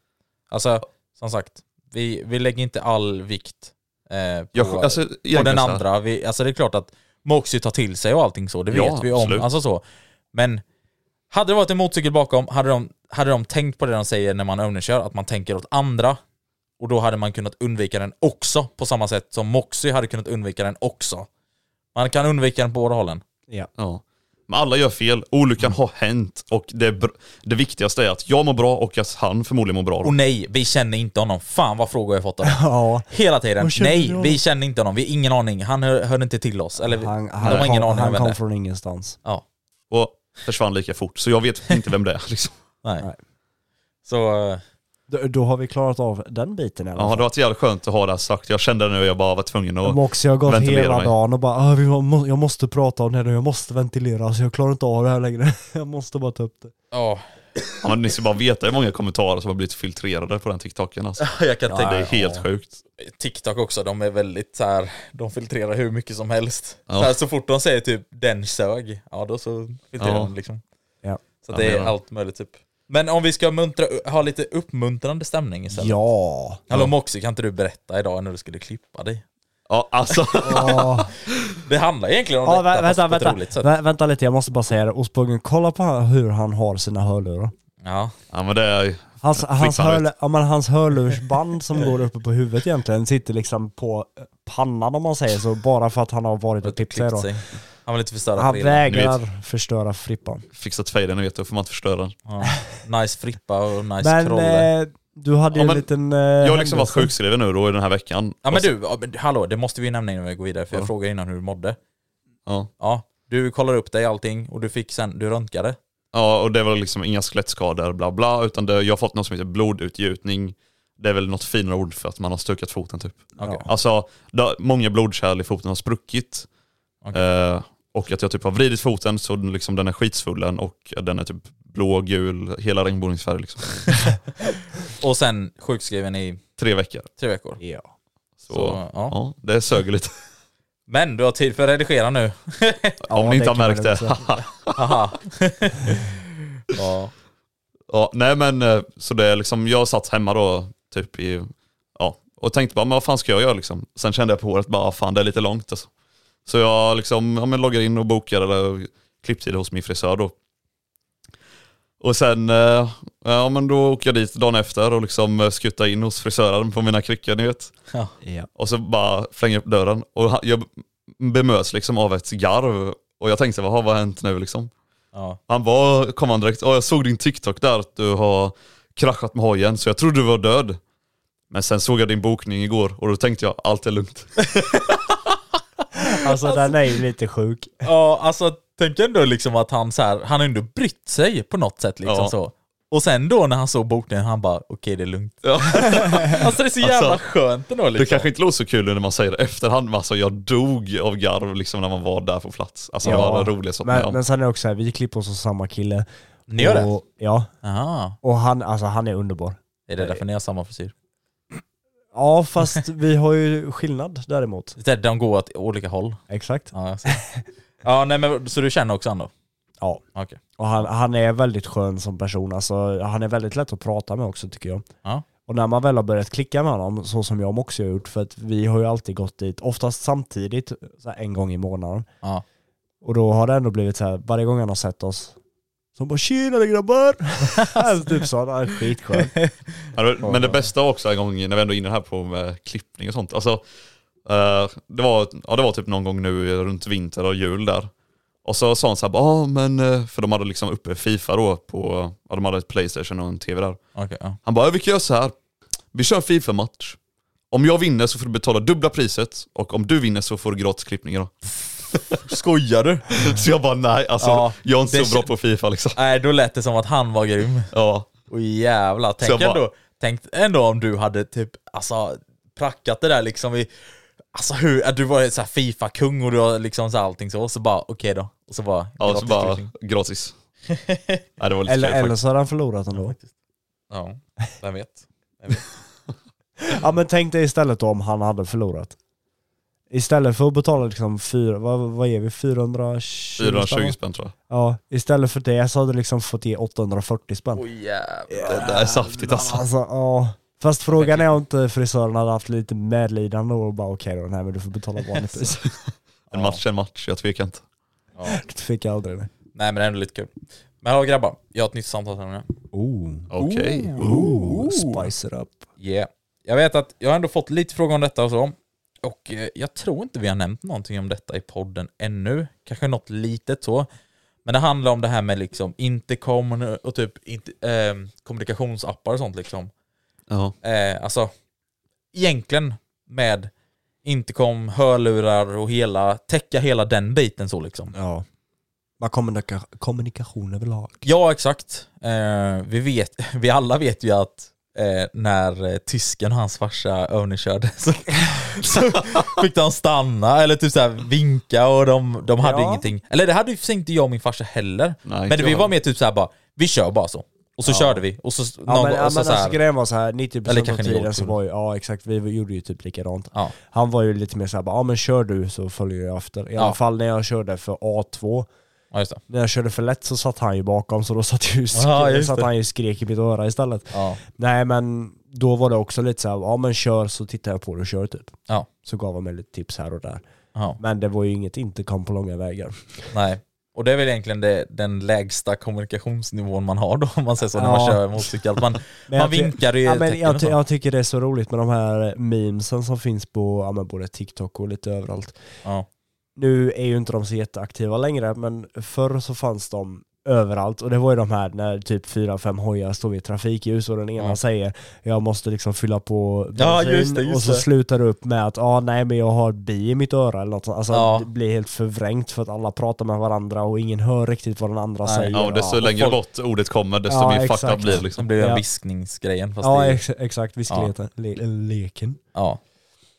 S2: Alltså, som sagt, vi, vi lägger inte all vikt eh, på,
S1: Jag, alltså,
S2: på
S1: egentligen
S2: den
S1: så här-
S2: andra. Vi, alltså det är klart att man också tar till sig och allting så, det
S1: Ja,
S2: vet vi om.
S1: absolut.
S2: Alltså så. Men hade det varit en motorcykel bakom, hade de, hade de tänkt på det de säger när man övningskör, att man tänker åt andra, och då hade man kunnat undvika den också, på samma sätt som Moxie hade kunnat undvika den också. Man kan undvika den på båda hållen.
S1: Ja. Men alla gör fel, olyckan har hänt och det, är br- det viktigaste är att jag mår bra och att han förmodligen mår bra.
S2: Och nej, vi känner inte honom. Fan vad frågor jag fått av det.
S3: Ja,
S2: Hela tiden.
S3: Vad känner
S2: Nej,
S3: du då?
S2: vi känner inte honom. Vi har ingen aning. Han hör, hörde inte till oss. Eller, vi-
S3: han,
S2: de har
S3: han,
S2: ingen
S3: kom,
S2: aning
S3: han
S2: om vem det
S3: kom
S2: är.
S3: från ingenstans.
S2: Ja,
S1: Och försvann lika fort, så jag vet inte vem det är. Liksom.
S2: nej.
S3: Nej.
S2: Så, eh,
S3: Då, då har vi klarat av den biten i
S1: Ja,
S3: alla
S1: det har
S3: fall.
S1: varit jävligt skönt att ha det här sagt. Jag kände det nu, jag bara var tvungen att...
S3: Moxie har gått
S1: ventilera
S3: hela
S1: mig.
S3: dagen och bara "Ah, vi må- jag måste prata om det här nu, jag måste ventilera, alltså jag klarar inte av det här längre. Jag måste bara ta upp det.
S2: ja.
S1: Ja, men ni ska bara veta hur många kommentarer som har blivit filtrerade på den TikToken. Alltså.
S2: jag kan
S1: Det
S2: tänka
S1: är helt sjukt.
S2: TikTok också, de är väldigt så här, de filtrerar hur mycket som helst.
S1: Ja.
S2: Så, här, så fort de säger typ den sög, ja då så filtrerar
S1: Ja.
S2: de liksom.
S3: Ja.
S2: Så
S1: Ja,
S2: att det
S1: men
S2: är
S1: ja.
S2: allt möjligt typ. Men om vi ska muntra, ha lite uppmuntrande stämning istället.
S3: Ja!
S2: Hallå Moxie, kan inte du berätta idag när du skulle klippa dig?
S1: Ja, alltså.
S3: Åh.
S2: Det handlar egentligen om
S3: Ja,
S2: detta,
S3: vä- vänta,
S2: fast på ett
S3: vänta,
S2: roligt sätt.
S3: vä- vänta lite, jag måste bara säga det. Ostbågen, kolla på han- hur han har sina hörlurar.
S2: Ja.
S1: Ja, men det är...
S3: Hans, hans,
S1: han
S3: hörl- ja, men hans hörlursband som går uppe på huvudet egentligen sitter liksom på pannan om man säger så, bara för att han har varit och klippt sig
S2: klippt
S3: då.
S2: sig. Han vill inte förstöra
S3: Han
S2: fredagen.
S1: Ni
S3: vägrar förstöra Frippan.
S1: Fixat fejden, ni vet, då får man inte förstöra den.
S2: Ja. Nice frippa och nice
S3: Men
S2: krolle.
S3: eh, du hade ju
S1: Ja,
S3: en
S1: men
S3: liten... eh,
S1: Jag har liksom varit
S3: händelse.
S1: sjukskriven nu då i den här veckan.
S2: Ja men du, ja, men hallå, det måste vi ju nämna innan vi går vidare för jag
S1: Ja.
S2: frågade innan hur du mådde.
S1: Ja.
S2: Ja, du kollade upp dig allting och du fick sen, du röntgade.
S1: Ja, och det var liksom inga skelettskador, bla bla, utan det, jag har fått något som heter blodutgjutning. Det är väl något finare ord för att man har stukat foten typ.
S2: Okej.
S3: Ja.
S1: Alltså, det, har- många blodkärl i foten har spruckit.
S2: Okej.
S1: Eh, och att jag typ har vridit foten så den liksom, den är skitsvullen och den är typ blå, gul, hela regnbågsfärg liksom.
S2: Och sen sjukskriven i
S1: Tre veckor.
S2: tre veckor.
S3: Ja.
S1: Så,
S2: Så, ja.
S1: ja, det söger lite.
S2: Men du har tid för att redigera nu.
S1: Om ni inte har
S3: kan man
S1: märkt
S3: lugnt
S1: det.
S3: säga.
S2: Haha. ja.
S1: Ja, nej men eh, så det är liksom, jag satt hemma då typ i, ja, och tänkte bara, men vad fan ska jag göra liksom? Sen kände jag på håret bara, fan det är lite långt alltså. Så jag liksom, ja men loggar in och bokar eller klipptid hos min frisör då. Och sen, eh, ja men då åker jag dit dagen efter och liksom eh, skuttar in hos frisören på mina kryckor ni vet.
S3: Ja.
S1: Och så bara flänger upp dörren och han- jag bemöts liksom av ett garv. Och jag tänkte, "Jaha, vad har hänt nu liksom?
S2: Ja.
S1: Han var, kom han direkt, "Ja, jag såg din TikTok där att du har kraschat med hojen så jag trodde du var död. Men sen såg jag din bokning igår och då tänkte jag allt är lugnt.
S3: Alltså den är ju lite sjuk.
S2: ja, alltså tänk ändå liksom att han så här, han har ändå brytt sig på något sätt liksom
S1: Ja.
S2: så. Och sen då när han såg bokningen, han bara okej det är lugnt.
S1: Ja.
S2: Alltså det är så jävla
S1: Alltså,
S2: skönt ändå
S1: Det
S2: liksom.
S1: kanske inte låter så kul när man säger det efterhand men alltså jag dog av garv liksom när man var där på plats. Alltså det
S3: Ja,
S1: var det roligaste jag varit med
S3: Men,
S1: om.
S3: men sen är det också så här, vi klipper oss hos samma kille.
S2: Ni gör det?
S3: och, Ja.
S2: Aha.
S3: Och han, alltså han är underbar.
S2: Är det därför ni har samma frisyr?
S3: Ja fast vi har ju skillnad däremot.
S2: Det är De går åt olika håll.
S3: Exakt.
S2: Ja, jag ser. ja nej, men, så du känner också han då?
S3: Ja.
S2: Okej.
S3: Och han, han är väldigt skön som person, alltså, han är väldigt lätt att prata med också tycker jag.
S2: Ja.
S3: Och när man väl har börjat klicka med honom, så som jag också har gjort, för att vi har ju alltid gått dit, oftast samtidigt, så här en gång i månaden.
S2: Ja.
S3: Och då har det ändå blivit så här, varje gång han har sett oss, så han bara 'Tjenare grabbar!' alltså, typ så, han är skitskön.
S1: Ja, det- Alltså, Men det bästa var också en gång när vi ändå är inne här på med klippning och sånt. Alltså, eh, det, var, ja, det var typ någon gång nu runt vinter och jul där. Och så sa han så här, ah, men, eh," för de hade liksom uppe Fifa då, på, ja, de hade ett Playstation och en TV där.
S2: Okej, ja.
S1: Han bara, "Ja, vi kan göra så här. Vi kör en Fifa-match. Om jag vinner så får du betala dubbla priset och om du vinner så får du gratis klippningar. då."
S2: Skojar du?
S1: Så jag bara nej, alltså
S2: Ja,
S1: jag är inte
S2: det
S1: så bra på Fifa liksom.
S2: Nej, då lät det som att han var grym.
S1: Ja,
S2: Och jävlar,
S1: Så
S2: tänk,
S1: jag bara-
S2: ändå, tänk ändå om du hade typ, alltså, prackat det där liksom i, alltså hur, att du var så här Fifa-kung och du har liksom så här allting så, och så bara okej då. Och så bara,
S1: ja så
S2: gratis
S1: bara
S2: tryckning.
S1: gratis. nej, det var lite
S3: Eller,
S1: fel,
S3: eller
S1: faktiskt.
S3: så har han förlorat ändå.
S2: Ja, vem vet.
S3: Ja men tänk dig istället då om han hade förlorat. Istället för att betala liksom fyra, vad, vad är vi, 420
S1: 420 spänn tror jag.
S3: Ja, istället för det så hade du liksom fått ge 840 spänn.
S2: Åh jävlar.
S1: Det där är saftigt alltså.
S3: Alltså, ja. Fast frågan är om inte frisören hade haft lite medlidande och bara okej då, nej men du får betala vanligt pris.
S1: En match är en match, jag tvekar inte.
S2: Ja.
S3: Du fick aldrig det.
S2: Nej men det är ändå lite kul. Men hallå grabbar, jag har ett nytt samtalsämne.
S3: Oh.
S1: Okej.
S3: Ooh, spice it up.
S2: Yeah. Jag vet att jag har ändå fått lite frågor om detta och så. Och eh, jag tror inte vi har nämnt någonting om detta i podden ännu. Kanske något litet så. Men det handlar om det här med liksom intercom och typ inte, eh, kommunikationsappar och sånt liksom.
S1: Ja.
S2: Eh, alltså, egentligen med intercom, hörlurar och hela, täcka hela den biten så liksom.
S3: Ja. Bara kommunika kommunikation överlag.
S2: Ja, exakt. Eh, vi, vet, vi alla vet ju att eh, när eh, tysken och hans farsa övningskörde så, så fick de stanna eller typ så här vinka och de, de hade
S3: Ja.
S2: ingenting. Eller det hade ju för sig inte jag och min farsa heller.
S1: Nej,
S2: men
S1: inte
S2: vi
S1: jag
S2: var mer typ så här bara, vi kör bara så. Och så körde vi. Och så,
S3: Ja
S2: någon,
S3: men,
S2: gång-
S3: ja,
S2: och så,
S3: men
S2: så här,
S3: alltså grejen var så här 90%
S2: Eller
S3: av
S2: kanske ni
S3: tiden
S2: åkte
S3: så
S2: väl?
S3: var ju, ja exakt, vi gjorde ju typ likadant.
S2: Ja.
S3: Han var ju lite mer såhär, ja men kör du så följer jag efter. I alla
S2: Ja.
S3: fall när jag körde för A2,
S2: ja, just det.
S3: när jag körde för lätt så satt han ju bakom så då satt, ju sk-
S2: Ja, just
S3: satt
S2: det.
S3: han ju skrek i mitt öra istället.
S2: Ja.
S3: Nej men då var det också lite såhär, ja men kör så tittar jag på dig och kör typ.
S2: Ja.
S3: Så gav han mig lite tips här och där.
S2: Ja,
S3: Men det var ju inget intercom på långa vägar.
S2: nej. Och det är väl egentligen det, den lägsta kommunikationsnivån man har då, om man säger så, när man
S3: Ja.
S2: kör motorcykel. Att Man,
S3: Men
S2: man
S3: jag ty-
S2: vinkar i
S3: Ja, men
S2: tecken och
S3: jag, ty-
S2: så.
S3: jag tycker det är så roligt med de här memesen som finns på ja, men både TikTok och lite överallt.
S2: Ja.
S3: Nu är ju inte de så jätteaktiva längre, men förr så fanns de överallt och det var ju de här när typ fyra fem hojar står vid ett trafikljus och den ena
S2: Ja.
S3: säger jag måste liksom fylla på
S2: Ja,
S3: bensin."
S2: just det, just
S3: och så
S2: det.
S3: slutar det upp med att ah, nej men jag har ett bi i mitt öra eller något sånt. Alltså
S2: Ja.
S3: det blir helt förvrängt för att alla pratar med varandra och ingen hör riktigt vad den andra
S2: Nej.
S3: säger.
S1: Ja, och desto
S3: ja,
S1: längre
S2: folk-
S1: bort ordet kommer, desto
S3: Ja,
S1: mer fucked
S3: exakt.
S1: up blir det
S2: Som
S1: liksom.
S2: blir den
S3: Ja.
S2: viskningsgrejen fast
S3: ja
S2: det är-
S3: ex- exakt, viskelheten, le- leken.
S2: Ja.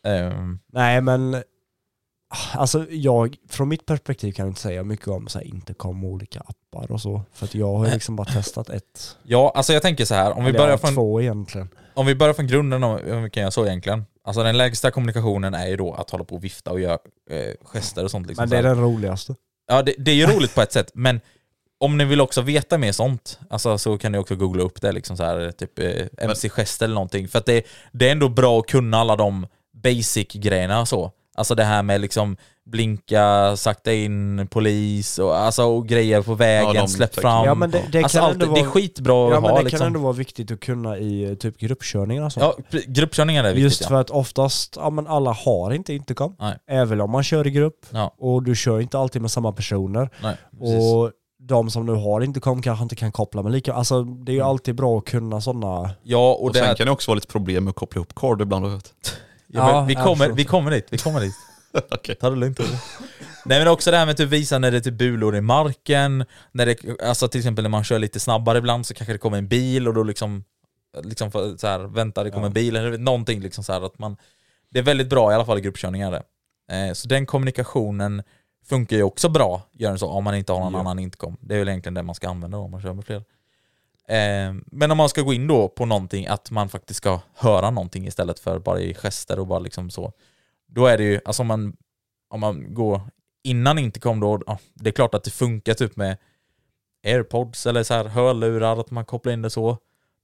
S2: Ehm,
S3: Nej men Alltså jag, från mitt perspektiv kan jag inte säga mycket om så här, intercom och olika appar och så. För att jag har ju liksom bara testat ett
S2: ja, alltså jag tänker så här. Om vi,
S3: Eller
S2: börjar
S3: ja,
S2: från, Liksom
S3: två egentligen.
S2: om vi börjar från grunden, om om vi kan göra så egentligen. Alltså den lägsta kommunikationen är ju då att hålla på och vifta och göra eh, gester och sånt. Liksom.
S3: Men det är
S2: Så här.
S3: den roligaste.
S2: Ja, det, det är ju roligt på ett sätt, men om ni vill också veta mer sånt, alltså, så kan ni också googla upp det, liksom så här, typ eh, MC-gest eller någonting. För att det, det är ändå bra att kunna alla de basic-grejerna och så. Alltså det här med liksom blinka, sakta in, polis och, alltså, och grejer på vägen,
S1: de
S2: släpp
S1: teknikerna.
S2: fram.
S1: Ja,
S3: Ja men det, det
S2: alltså,
S3: kan
S2: allt,
S3: ändå
S2: det är
S3: vara...
S2: skitbra
S3: Ja
S2: att
S3: men
S2: ha
S3: det
S2: liksom.
S3: kan ändå vara viktigt att kunna i eh, typ gruppkörningar och sånt.
S2: Ja, pr- gruppkörning är det viktigt.
S3: Just för att oftast, ja men alla har inte intercom.
S2: Nej.
S3: Även om man kör i grupp.
S2: Ja.
S3: Och du kör inte alltid med samma personer.
S2: ja. Nej, precis.
S3: Och de som nu har intercom kanske inte kan koppla med lika. Alltså det är ju
S2: Mm.
S3: alltid bra att kunna sådana.
S2: ja, och,
S1: Och
S2: det
S1: sen
S2: här,
S1: kan det också vara lite problem med att koppla ihop kord ibland. har jag hört.
S2: ja, men
S3: Ja,
S2: vi,
S3: jag
S2: kommer,
S3: förstår.
S2: vi kommer dit, vi kommer dit.
S1: Okej.
S2: Ta det lugnt. Olle. Nej men också det här med att typ visa när det är typ bulor i marken, när det, alltså till exempel när man kör lite snabbare ibland så kanske det kommer en bil och då liksom, liksom för- så här, vänta det kommer
S3: Ja.
S2: en bil eller någonting liksom så här att man, det är väldigt bra i alla fall i gruppkörningar det. Eh, så den kommunikationen funkar ju också bra, gör den så, om man inte har någon
S3: Ja.
S2: annan intercom. Det är väl egentligen det man ska använda då, om man kör med fler. Eh, men om man ska gå in då på någonting, att man faktiskt ska höra någonting istället för bara i gester och bara liksom så. Då är det ju, alltså om man, om man går innan intercom då, ja, det är klart att det funkar typ med airpods eller så här hörlurar, att man kopplar in det så.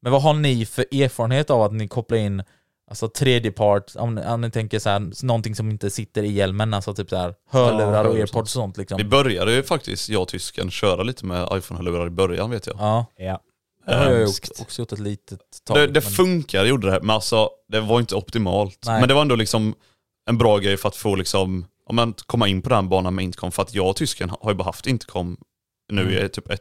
S2: Men vad har ni för erfarenhet av att ni kopplar in alltså tredje part, om, ni- om ni tänker så här, någonting som inte sitter i hjälmen, alltså typ så här hörlurar och
S1: hörlurar.
S2: airpods och sånt liksom?
S1: Vi började ju faktiskt, jag och tysken, köra lite med iPhone-hörlurar i början vet jag.
S2: Ja,
S3: Ja.
S2: det har jag
S1: Hemskt.
S2: gjort, också gjort ett litet tag.
S1: det det
S2: men-
S1: funkar, gjorde det här, men alltså det var inte optimalt.
S2: Nej.
S1: Men det var ändå liksom en bra grej för att få liksom, om man komma in på den banan med intercom. För att jag och tysken har ju bara haft intercom nu
S3: Mm.
S1: i typ ett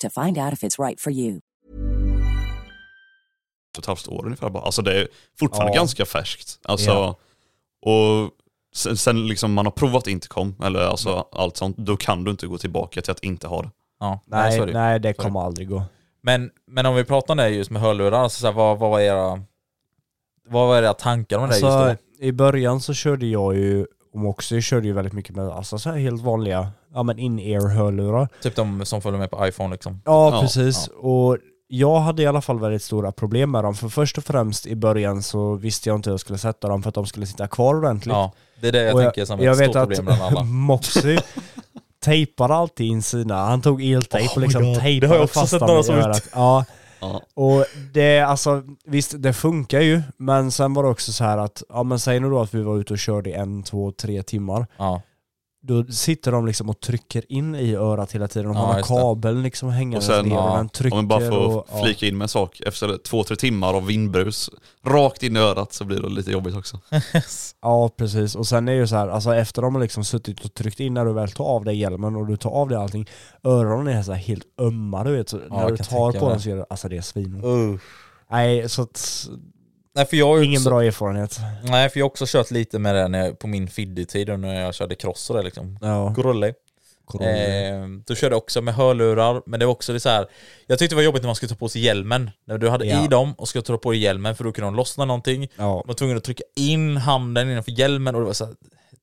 S4: to find out if it's right for you.
S1: och ett halvt år ungefär bara. Alltså det är fortfarande
S3: Ja.
S1: ganska färskt. Alltså,
S3: Ja.
S1: och sen, sen liksom man har provat intercom, eller alltså
S3: Mm.
S1: allt sånt, då kan du inte gå tillbaka till att inte ha det.
S2: Ja, nej,
S3: Nej,
S2: så är
S3: nej,
S2: det.
S3: det
S2: Sorry.
S3: kommer aldrig gå.
S2: Men, men om vi pratar om det just med hörlurar, alltså så här, vad, vad var era vad var era tankar om det
S3: Alltså,
S2: just
S3: I början så körde jag ju, och Moxie körde ju väldigt mycket med alltså, så här helt vanliga ja, men in-ear hörlurar.
S2: då? Typ de som följer med på iPhone liksom.
S3: Ja,
S1: Ja,
S3: precis. Och jag hade i alla fall väldigt stora problem med dem. För först och främst i början så visste jag inte hur jag skulle sätta dem för att de skulle sitta kvar ordentligt.
S2: Ja, det är det jag
S3: Och
S2: tänker som är ett stort problem bland alla.
S3: Moxie tejpade alltid in sina, han tog eltejp och liksom
S2: Oh
S3: tejpade
S2: Det har jag också
S3: fast
S2: sett
S3: dem
S2: några
S3: i
S2: som gjort.
S3: örat. Ja.
S1: Ja.
S3: Och det, alltså visst det funkar ju, men sen var det också så här att, ja men säg nu då att vi var ute och körde i en, två, tre timmar.
S2: Ja,
S3: Då sitter de liksom och trycker in i örat hela tiden, de
S2: Ja,
S3: har någon
S2: just det.
S3: kabel liksom
S1: Och
S3: hängandes
S1: sen,
S3: ner och
S2: ja,
S3: den trycker
S1: Om man bara får
S3: och, ja.
S1: flika in med en sak, efter två, tre timmar av vindbrus, rakt in i örat så blir det lite jobbigt också.
S3: Ja precis, och sen är det ju så här, alltså efter de har liksom suttit och tryckt in när du väl tar av dig hjälmen och du tar av dig allting, öronen är så här helt ömma du vet, så när
S2: jag
S3: du
S2: kan
S3: tar
S2: tänka
S3: på
S2: mig.
S3: den så är det, alltså det är svin. Nej så att,
S2: Nej för jag har ju
S3: ingen
S2: också,
S3: bra erfarenhet.
S2: Nej för jag har också kört lite med det när jag, på min fiddy-tid och när jag körde cross och det liksom.
S3: Ja,
S2: Corolli.
S3: corona.
S2: Eh, då körde jag också med hörlurar, men det var också det så här. Jag tyckte det var jobbigt när man skulle ta på sig hjälmen. När du hade
S3: Ja.
S2: i dem och skulle ta på dig hjälmen för då kunde de lossna någonting.
S3: ja.
S2: Man var tvungen att trycka in handen innanför hjälmen och det var så här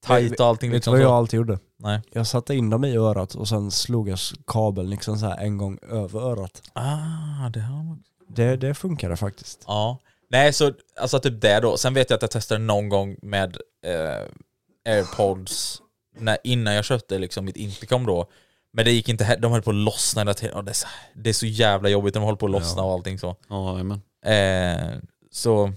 S2: tajt och allting.
S3: Vet du
S2: Liksom
S3: vad jag
S2: så.
S3: alltid gjorde?
S2: Nej.
S3: Jag satte in dem i örat och sen slog jag s- kabeln liksom så här en gång över örat.
S2: Ah, det har man...
S3: Det, det funkade faktiskt.
S2: Ja. Nej, så alltså typ det då. Sen vet jag att jag testade någon gång med eh, airpods när, innan jag köpte liksom mitt intercom då. Men det gick inte, he- de höll på att lossna hela tiden. Ja, det, är så, det är så jävla jobbigt, de håller på att lossna och allting så.
S1: Ja, men.
S2: Eh, så,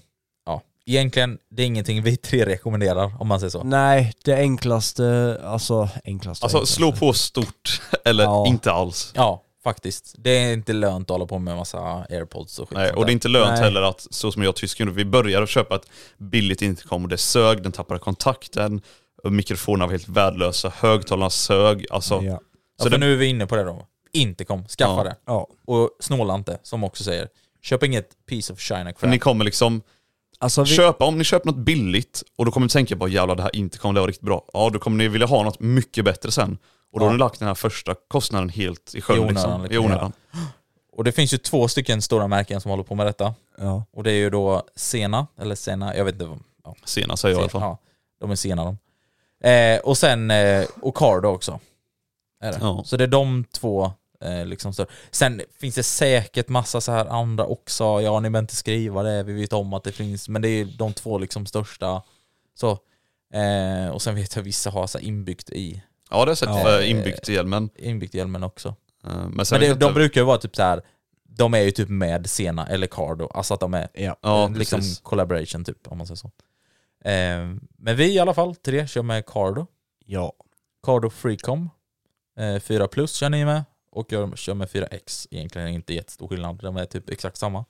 S2: ja. egentligen, det är ingenting vi tre rekommenderar om man säger så.
S3: Nej, det enklaste, alltså enklaste.
S1: Alltså
S3: enklaste.
S1: slå på stort eller
S3: Ja.
S1: inte alls.
S2: Ja, faktiskt. Det är inte lönt att hålla på med massa airpods och skit.
S1: Nej,
S2: sånt
S1: och det är
S2: där.
S1: inte lönt
S3: Nej.
S1: heller att, så som jag och tysken gjorde, vi började köpa ett billigt intercom och det sög, den tappade kontakten, och mikrofonerna var helt värdelösa, högtalarna sög. Alltså,
S3: Ja.
S2: ja,
S1: så
S2: för
S1: det-
S2: nu är vi inne på det då. Inte kom, skaffa
S1: Ja.
S2: det.
S3: ja.
S2: Och snåla inte, som också säger. Köp inget piece of china
S1: För
S2: crap.
S1: ni kommer liksom
S3: Alltså vi,
S1: köpa, om ni köper något billigt och då kommer ni tänka bara jävlar det här intercom, det var riktigt bra. Ja, då kommer ni vilja ha något mycket bättre sen. Och då har ni lagt den här första kostnaden helt i sjön.
S2: I onödan,
S1: liksom.
S2: liksom.
S1: I onödan.
S2: Och det finns ju två stycken stora märken som håller på med detta.
S3: ja.
S2: Och det är ju då Sena, eller Sena, jag vet inte. vad- Ja,
S1: Sena säger jag i alla fall.
S2: Ja, de är sena de. Eh, och sen eh, Ocardo också. Är det.
S1: Ja.
S2: Så det är de två eh, liksom större. Sen finns det säkert massa så här andra också. Ja, ni behöver inte skriva det. Vi vet om att det finns. Men det är de två liksom största. Så. Eh, och sen vet jag vissa har så här inbyggt i
S1: Ja, det har jag sett
S3: Ja.
S1: för inbyggt i hjälmen.
S2: inbyggt i hjälmen också.
S1: Eh, Men, sen
S2: Men det,
S1: vet jag
S2: de
S1: inte.
S2: brukar ju vara typ så här. De är ju typ med Sena eller Cardo. Alltså att de är
S3: ja.
S1: ja,
S2: liksom
S1: precis.
S2: collaboration typ, om man säger så. Eh, men vi i alla fall, tre, kör med Cardo.
S3: Ja.
S2: Cardo Freecom. Eh, 4 plus kör ni med. Och jag kör med 4X. Egentligen är det inte jättestor skillnad. De är typ exakt samma.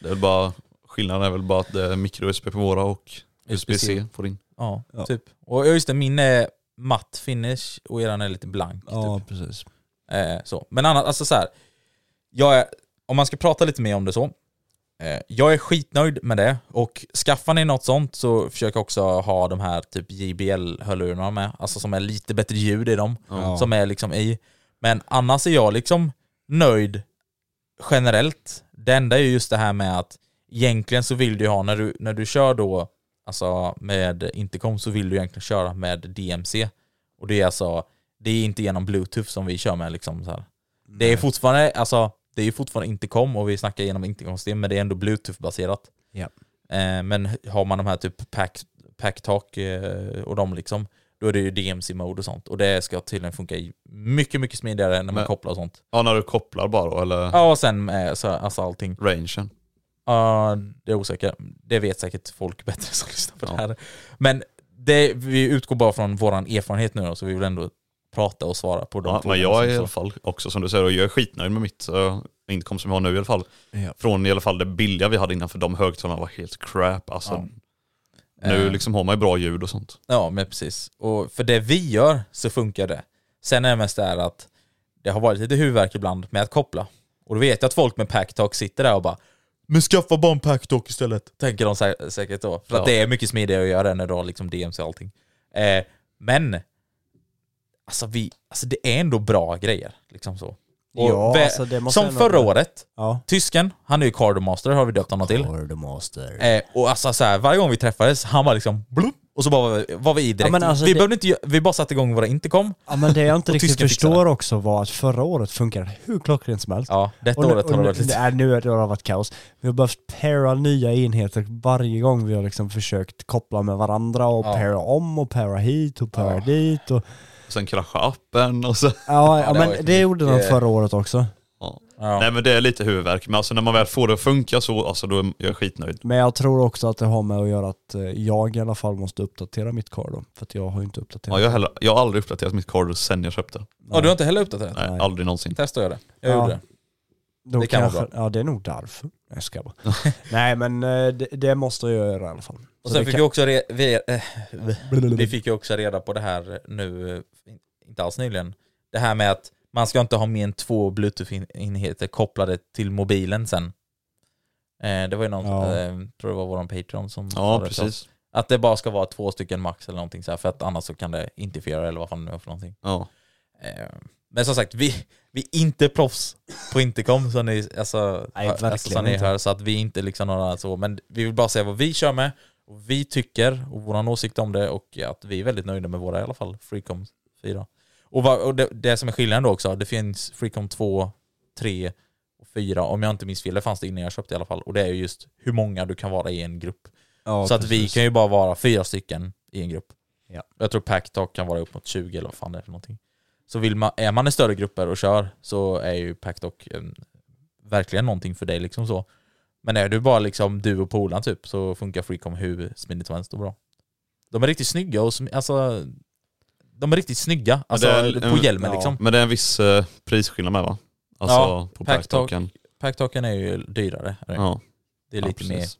S1: Det är väl bara, skillnaden är väl bara att det är micro-USB på våra och USB-C på din.
S2: Ja,
S3: Ja.
S2: typ. Och ja, just det, min är matt finish och eran är lite blank.
S3: ja,
S2: Typ.
S3: precis.
S2: Eh, så. Men annars, alltså så här. Jag är, om man ska prata lite mer om det så. Eh, jag är skitnöjd med det. Och skaffar ni något sånt så försök också ha de här typ JBL-hörlurarna med. Alltså som är lite bättre ljud i dem.
S3: Ja.
S2: som är liksom i. Men annars är jag liksom nöjd generellt. Det enda är ju just det här med att egentligen så vill du ju ha när du, när du kör då, alltså med intercom så vill du egentligen köra med DMC. Och det är alltså, det är inte genom bluetooth som vi kör med liksom så här. Det är fortfarande, alltså det är ju fortfarande intercom och vi snackar genom intercomsystem men det är ändå bluetooth-baserat.
S3: Ja.
S2: Eh, men har man de här typ pack, pack talk eh, och de liksom, då är det ju DMC-mode och sånt. Och det ska tydligen funka i- mycket, mycket smidigare när man
S1: Men-
S2: kopplar och sånt.
S1: Ja, när du kopplar bara då, eller
S2: Ja, och sen eh, så, alltså allting.
S1: rangen.
S2: Ja, det är osäkert. Det vet säkert folk bättre som lyssnar på det här. Men det, vi utgår bara från vår erfarenhet nu då, så vi vill ändå prata och svara på de
S1: Ja, men jag är i alla fall också som du säger, och jag är skitnöjd med mitt uh, inkomst som jag har nu i alla fall.
S3: Ja.
S1: Från i alla fall det billiga vi hade innan, för de högtalarna var helt crap. Alltså,
S2: Eh.
S1: Nu liksom har man ju bra ljud och sånt.
S2: Ja, men precis. Och för det vi gör så funkar det. Sen är det mest det här att det har varit lite huvudvärk ibland med att koppla. Och då vet jag att folk med packtalk sitter där och bara men skaffa bara en packtalk istället. Tänker de sä- säkert då. För
S1: Ja.
S2: att det är mycket smidigare att göra när du har liksom DMC och allting. Eh, men alltså, vi, alltså det är ändå bra grejer. Liksom så. Och
S3: Ja,
S2: vä-
S3: alltså det måste
S2: som
S3: ändå-
S2: förra året,
S3: Ja.
S2: tysken, han är ju Cardomaster har vi döpt honom till.
S3: Or the master.
S2: Eh, och alltså så här, varje gång vi träffades, han var liksom blum, och så bara var vi, var vi i direkt.
S3: Ja, men alltså
S2: vi,
S3: det-
S2: behövde inte, gö- vi bara satte igång våra intercom.
S3: Ja men det jag inte
S2: Och
S3: riktigt
S2: tysken fixar det.
S3: förstår också var att förra året funkade hur klockrent som helst.
S2: Ja, detta
S3: Och nu-
S2: året har
S3: och
S2: det
S3: nu-
S2: varit lite...
S3: Nej, nu har det varit kaos. Vi har behövt para nya enheter varje gång vi har liksom försökt koppla med varandra och
S2: Ja.
S3: para om och para hit och para
S2: Ja.
S3: dit. Och,
S1: Sen kraschade appen och så.
S3: ja, ja,
S2: det har
S3: men
S2: varit
S3: det gjorde de
S2: mycket-
S3: förra året också.
S1: Ja.
S2: Ja.
S1: Nej men det är lite huvudvärk, men alltså när man väl får det att funka så, alltså då är jag skitnöjd.
S3: Men jag tror också att det har med att göra att eh, jag i alla fall måste uppdatera mitt kar då. För att jag har ju inte uppdaterat.
S1: Ja, jag, har heller, jag har aldrig uppdaterat mitt card sen jag köpte.
S2: Ja, du har inte heller uppdaterat?
S1: Nej,
S3: Nej.
S1: aldrig någonsin.
S2: Testa att göra det. Jag
S3: Ja.
S2: gjorde det.
S3: Då
S2: det kan vara
S3: kanske- Ja det är nog därför. Jag ska bara. Nej men eh, det, det måste jag göra i alla fall.
S2: Och
S3: Så
S2: sen
S3: det
S2: fick
S3: kan-
S2: vi också re... vi, eh, vi fick ju också reda på det här nu, eh, inte alls nyligen, det här med att man ska inte ha mer än två bluetooth-enheter kopplade till mobilen sen. Eh, det var ju någon,
S3: Ja.
S2: eh, tror det var våran Patreon som sa
S1: Ja,
S2: det till oss.
S1: precis.
S2: Att det bara ska vara två stycken max eller någonting så här, för att annars så kan det interfera eller vad fan det nu är för någonting.
S1: Ja.
S2: Eh, Men som sagt, vi, vi är inte proffs på Intercom som ni, alltså,
S3: Nej,
S2: hör- alltså, som
S3: verkligen
S2: ni
S3: inte.
S2: hör, så att vi är inte liksom några så, men vi vill bara säga vad vi kör med, och vi tycker och vår åsikt om det och att vi är väldigt nöjda med våra i alla fall, Freecom 4. Och, vad, och det, det som är skillnaden då också, det finns Freecom 2, 3 och 4, om jag inte minns fel, det fanns det innan jag köpte i alla fall, och det är ju just hur många du kan vara i en grupp
S3: Ja,
S2: så att vi
S3: precis.
S2: kan ju bara vara fyra stycken i en grupp.
S3: Ja.
S2: Jag tror Packtalk kan vara upp mot 20 eller vad fan det är för någonting. Så vill man, är man i större grupper och kör så är ju Packtalk eh, verkligen någonting för dig liksom så. Men är du bara liksom du och polaren typ så funkar Freecom hur smidigt som helst och bra. De är riktigt snygga och sm- alltså de är riktigt snygga alltså,
S1: det är-
S2: på hjälmen
S3: ja.
S2: liksom.
S1: Men det är en viss eh, prisskillnad med va? Alltså
S2: Ja,
S1: på
S2: pack talk.
S1: backtalken.
S2: Packtalken är ju dyrare. är det?
S1: Ja,
S2: det är
S1: ja,
S2: lite mer
S1: precis.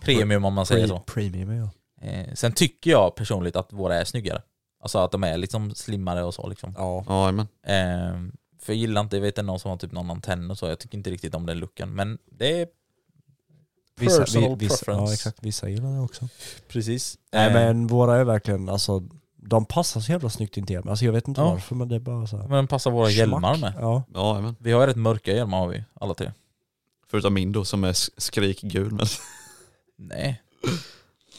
S2: premium om man säger så.
S3: Pre- Premium ja.
S2: Eh, sen tycker jag personligt att våra är snyggare. Alltså att de är liksom slimmare och så liksom.
S3: Ja.
S1: Ja, jajamän.
S2: Eh, för jag gillar inte, jag vet inte någon som har typ någon antenn och så. Jag tycker inte riktigt om den looken. Men det är
S3: Vissa,
S2: Personal
S3: vi, vissa,
S2: preference. Eh.
S3: ja, exakt. Vissa gillar det också.
S2: precis. Ehm,
S3: Nej men våra är verkligen, alltså de passar så jävla snyggt in till hjälmen. Alltså jag vet inte
S2: Ja.
S3: varför men det är bara så här.
S2: men den passar våra hjälmar
S3: Schmack.
S2: med.
S3: Ja.
S1: Ja, jajamän.
S2: Vi har ju rätt mörka hjälmar har vi, alla tre.
S1: Förutom min då som är sk- skrikgul men
S2: Nej.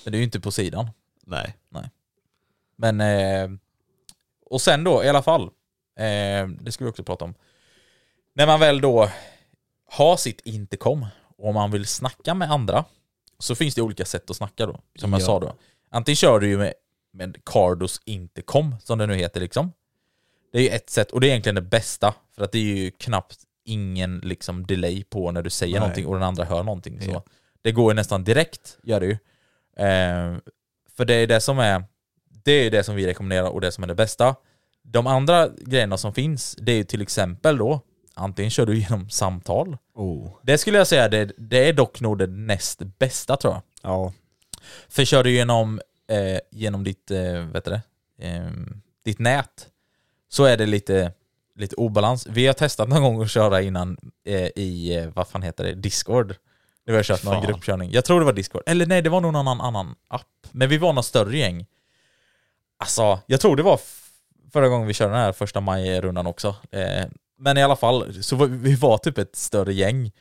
S2: Men det är ju inte på sidan.
S1: nej.
S2: Men... Eh, och sen då, i alla fall. Eh, det ska vi också prata om. När man väl då har sitt intercom och om man vill snacka med andra så finns det olika sätt att snacka då. Som jag
S3: Ja.
S2: sa då. Antingen kör du ju med, med Cardos intercom som det nu heter liksom. Det är ju ett sätt och det är egentligen det bästa för att det är ju knappt ingen liksom delay på när du säger
S3: Nej.
S2: någonting och den andra hör någonting. Så.
S3: Ja.
S2: Det går ju nästan direkt, gör det ju. Eh, för det är det som är det är det som vi rekommenderar och det som är det bästa. De andra grejerna som finns, det är ju till exempel då, antingen kör du genom samtal.
S3: Oh.
S2: Det skulle jag säga, det, det är dock nog det näst bästa tror jag.
S3: Ja.
S2: För kör du genom, eh, genom ditt, eh, vet du det, Ehm, ditt nät så är det lite, lite obalans. Vi har testat någon gång att köra innan eh, i, eh, vad fan heter det, Discord. Nu har jag kört någon
S1: Fan.
S2: gruppkörning. Jag tror det var Discord. Eller nej, det var nog någon annan, annan app. Men vi var något större gäng. Alltså, jag tror det var f- förra gången vi körde den här första maj-rundan också. Eh, men i alla fall, så var, vi var typ ett större gäng.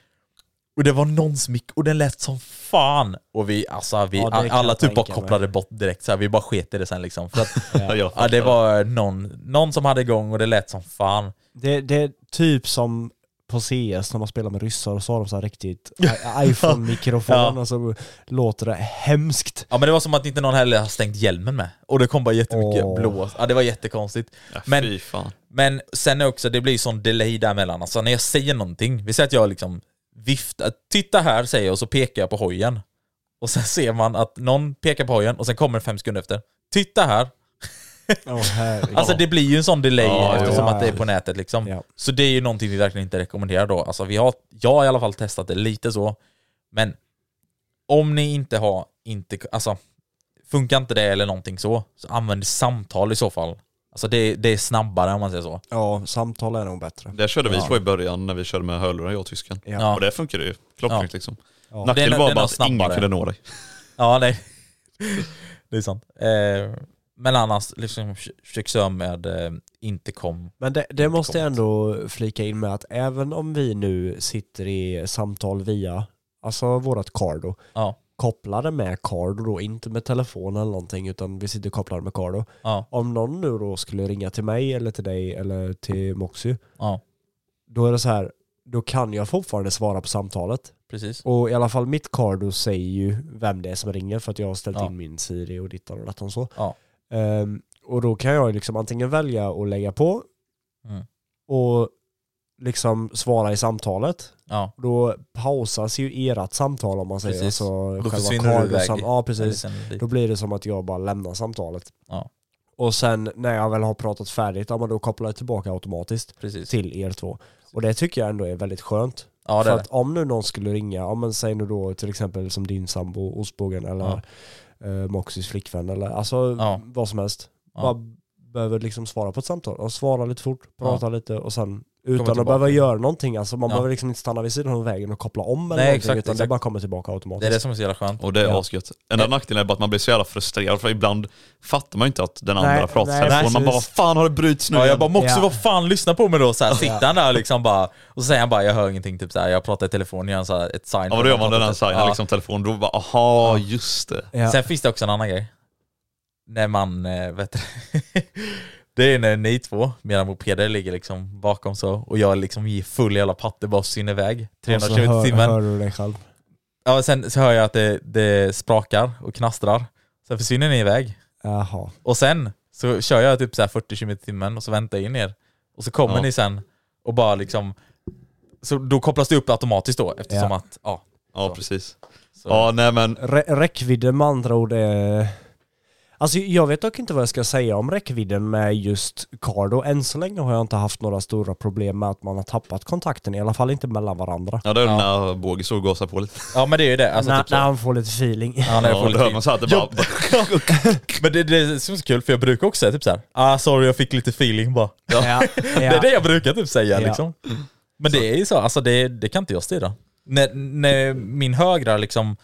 S2: Och det var någons mick och den lät som fan. Och vi, alltså, vi,
S3: Ja, det kan jag
S2: alla typ bara
S3: tänka mig.
S2: kopplade bort direkt så här. Vi bara sket i det sen liksom. För att
S1: Ja, jag
S2: Ja,
S1: fattar.
S2: det var någon, någon som hade igång och det lät som fan.
S3: Det, det är typ som på CS när man spelar med ryssar och så har de så här riktigt i- iPhone-mikrofon
S2: Ja.
S3: och så låter det hemskt.
S2: Ja, men det var som att inte någon heller har stängt hjälmen med. Och det kom bara jättemycket
S3: Åh.
S2: blås. Ja, det var jättekonstigt.
S1: Ja,
S2: men-
S1: Fy fan.
S2: Men sen är också, det blir sån delay däremellan. Alltså när jag säger någonting, vi säger att jag liksom viftar, titta här säger jag och så pekar jag på hojen. Och sen ser man att någon pekar på hojen och sen kommer det fem sekunder efter. Titta här!
S3: Oh, herregud.
S2: Alltså det blir ju en sån delay
S1: Ja,
S2: eftersom
S3: jo.
S2: att det är på nätet liksom.
S3: Ja.
S2: Så det är ju någonting vi verkligen inte rekommenderar då. Alltså vi har, jag har i alla fall testat det lite så. Men om ni inte har, inte, alltså funkar inte det eller någonting så, så använd samtal i så fall. Alltså det, det är snabbare om man säger så.
S3: ja, samtal är nog bättre.
S1: Det körde vi
S2: Ja.
S1: på i början när vi körde med hörlurar, jag och tysken.
S3: Ja.
S2: Ja.
S1: Och det funkade ju klockrent liksom.
S3: Ja.
S1: Nackdelen
S2: Den-
S1: var
S2: den
S1: bara
S2: har
S1: att ingen
S2: snabbare.
S1: kunde nå dig.
S2: Ja, nej. Det är sant. Eh, men annars, liksom, försök köra med eh, intercom.
S3: Men det, det måste jag
S2: kommit.
S3: ändå flika in med att även om vi nu sitter i samtal via, alltså vårat Cardo,
S2: Ja,
S3: kopplade med Cardo då, inte med telefon eller någonting utan vi sitter kopplade med Cardo.
S2: ja,
S3: Om någon nu då skulle ringa till mig eller till dig eller till Moxie,
S2: ja,
S3: då är det så här, då kan jag fortfarande svara på samtalet.
S2: precis.
S3: Och i alla fall mitt Cardo säger ju vem det är som ringer för att jag har ställt
S2: Ja.
S3: in min Siri och dittan och dattan så.
S2: Ja.
S3: Ehm, och då kan jag ju liksom antingen välja att lägga på
S2: Mm.
S3: och liksom svara i samtalet.
S2: Ja,
S3: Då pausas ju ert samtal om man säger.
S2: Precis.
S3: Alltså,
S2: då
S3: själva
S2: försvinner du
S3: Cardos
S2: iväg.
S3: sam- Ja,
S2: eller
S3: precis.
S2: sen dit.
S3: Då blir det som att jag bara lämnar samtalet.
S2: Ja.
S3: Och sen när jag väl har pratat färdigt, ja men då kopplar jag tillbaka automatiskt
S2: precis.
S3: till er två. Och det tycker jag ändå är väldigt skönt.
S2: Ja, det
S3: För
S2: är det.
S3: att om nu någon skulle ringa, ja, men säg nu då till exempel som din sambo, ostbågen eller eh, Moxys flickvän eller alltså
S2: Ja.
S3: vad som helst.
S2: Ja.
S3: Bara behöver liksom svara på ett samtal och svara lite fort, prata lite och sen utan
S2: tillbaka.
S3: att behöva göra någonting. Alltså man
S2: Ja.
S3: behöver liksom inte stanna vid sidan av vägen och koppla om eller
S2: Nej,
S3: någonting
S2: exakt,
S3: utan det
S2: exakt.
S3: bara kommer tillbaka automatiskt.
S2: Det är det som är så jävla skönt.
S1: Och det är
S3: Ja.
S1: asgött. Enda nackdelen är bara att man blir så jävla frustrerad för ibland fattar man ju inte att den andra
S3: Nej,
S1: pratar
S3: nej,
S1: nej, telefon. Man
S3: precis.
S1: bara vad fan har det bryts nu
S2: Ja, jag
S1: igen?"
S2: bara Moxie,
S3: Ja.
S2: vad fan lyssna på mig då? Så här, sitter han där liksom bara, och så säger han bara jag hör ingenting, typ så här, jag pratar i telefon, gör en så här, ett sign.
S1: Ja men då gör man den här signen,
S2: Ja.
S1: liksom telefon, då bara aha just det.
S3: Ja.
S2: Sen finns det också en annan grej. När man, eh, vet du, det är när ni två, mina mopeder ligger liksom bakom så, och jag liksom ger full jävla patte, bara syner iväg
S3: Och så
S2: 320
S3: hör,
S2: timmen.
S3: hör du dig själv.
S2: Ja, och sen så hör jag att det, det sprakar och knastrar, sen försvinner ni iväg.
S3: Jaha.
S2: Och sen så kör jag typ så här 40 km i timmen och så väntar jag in er. Och så kommer
S1: Ja.
S2: ni sen och bara liksom... Så då kopplas det upp automatiskt då eftersom
S3: Ja.
S2: att ja,
S1: Ja, precis.
S2: Så.
S1: Ja, nej men
S3: Rä- räckvidden med andra ord är... Alltså jag vet dock inte vad jag ska säga om räckvidden med just Cardo. Än så länge har jag inte haft några stora problem med att man har tappat kontakten, i alla fall inte mellan varandra.
S1: ja, det är när Båge såg och gasade på lite.
S2: Ja men det är ju det. Alltså,
S3: när,
S2: typ så.
S3: när han får lite feeling.
S2: Ja, när jag
S1: Ja,
S2: får
S1: då hör man så här att det bara...
S2: Jobb- Men det, det är så kul för jag brukar också säga typ såhär, ah sorry jag fick lite feeling bara.
S3: Ja.
S2: Det är det jag brukar typ säga
S3: Ja.
S2: liksom. Men det är ju så, alltså det, det kan inte jag styra. När, när min högra liksom,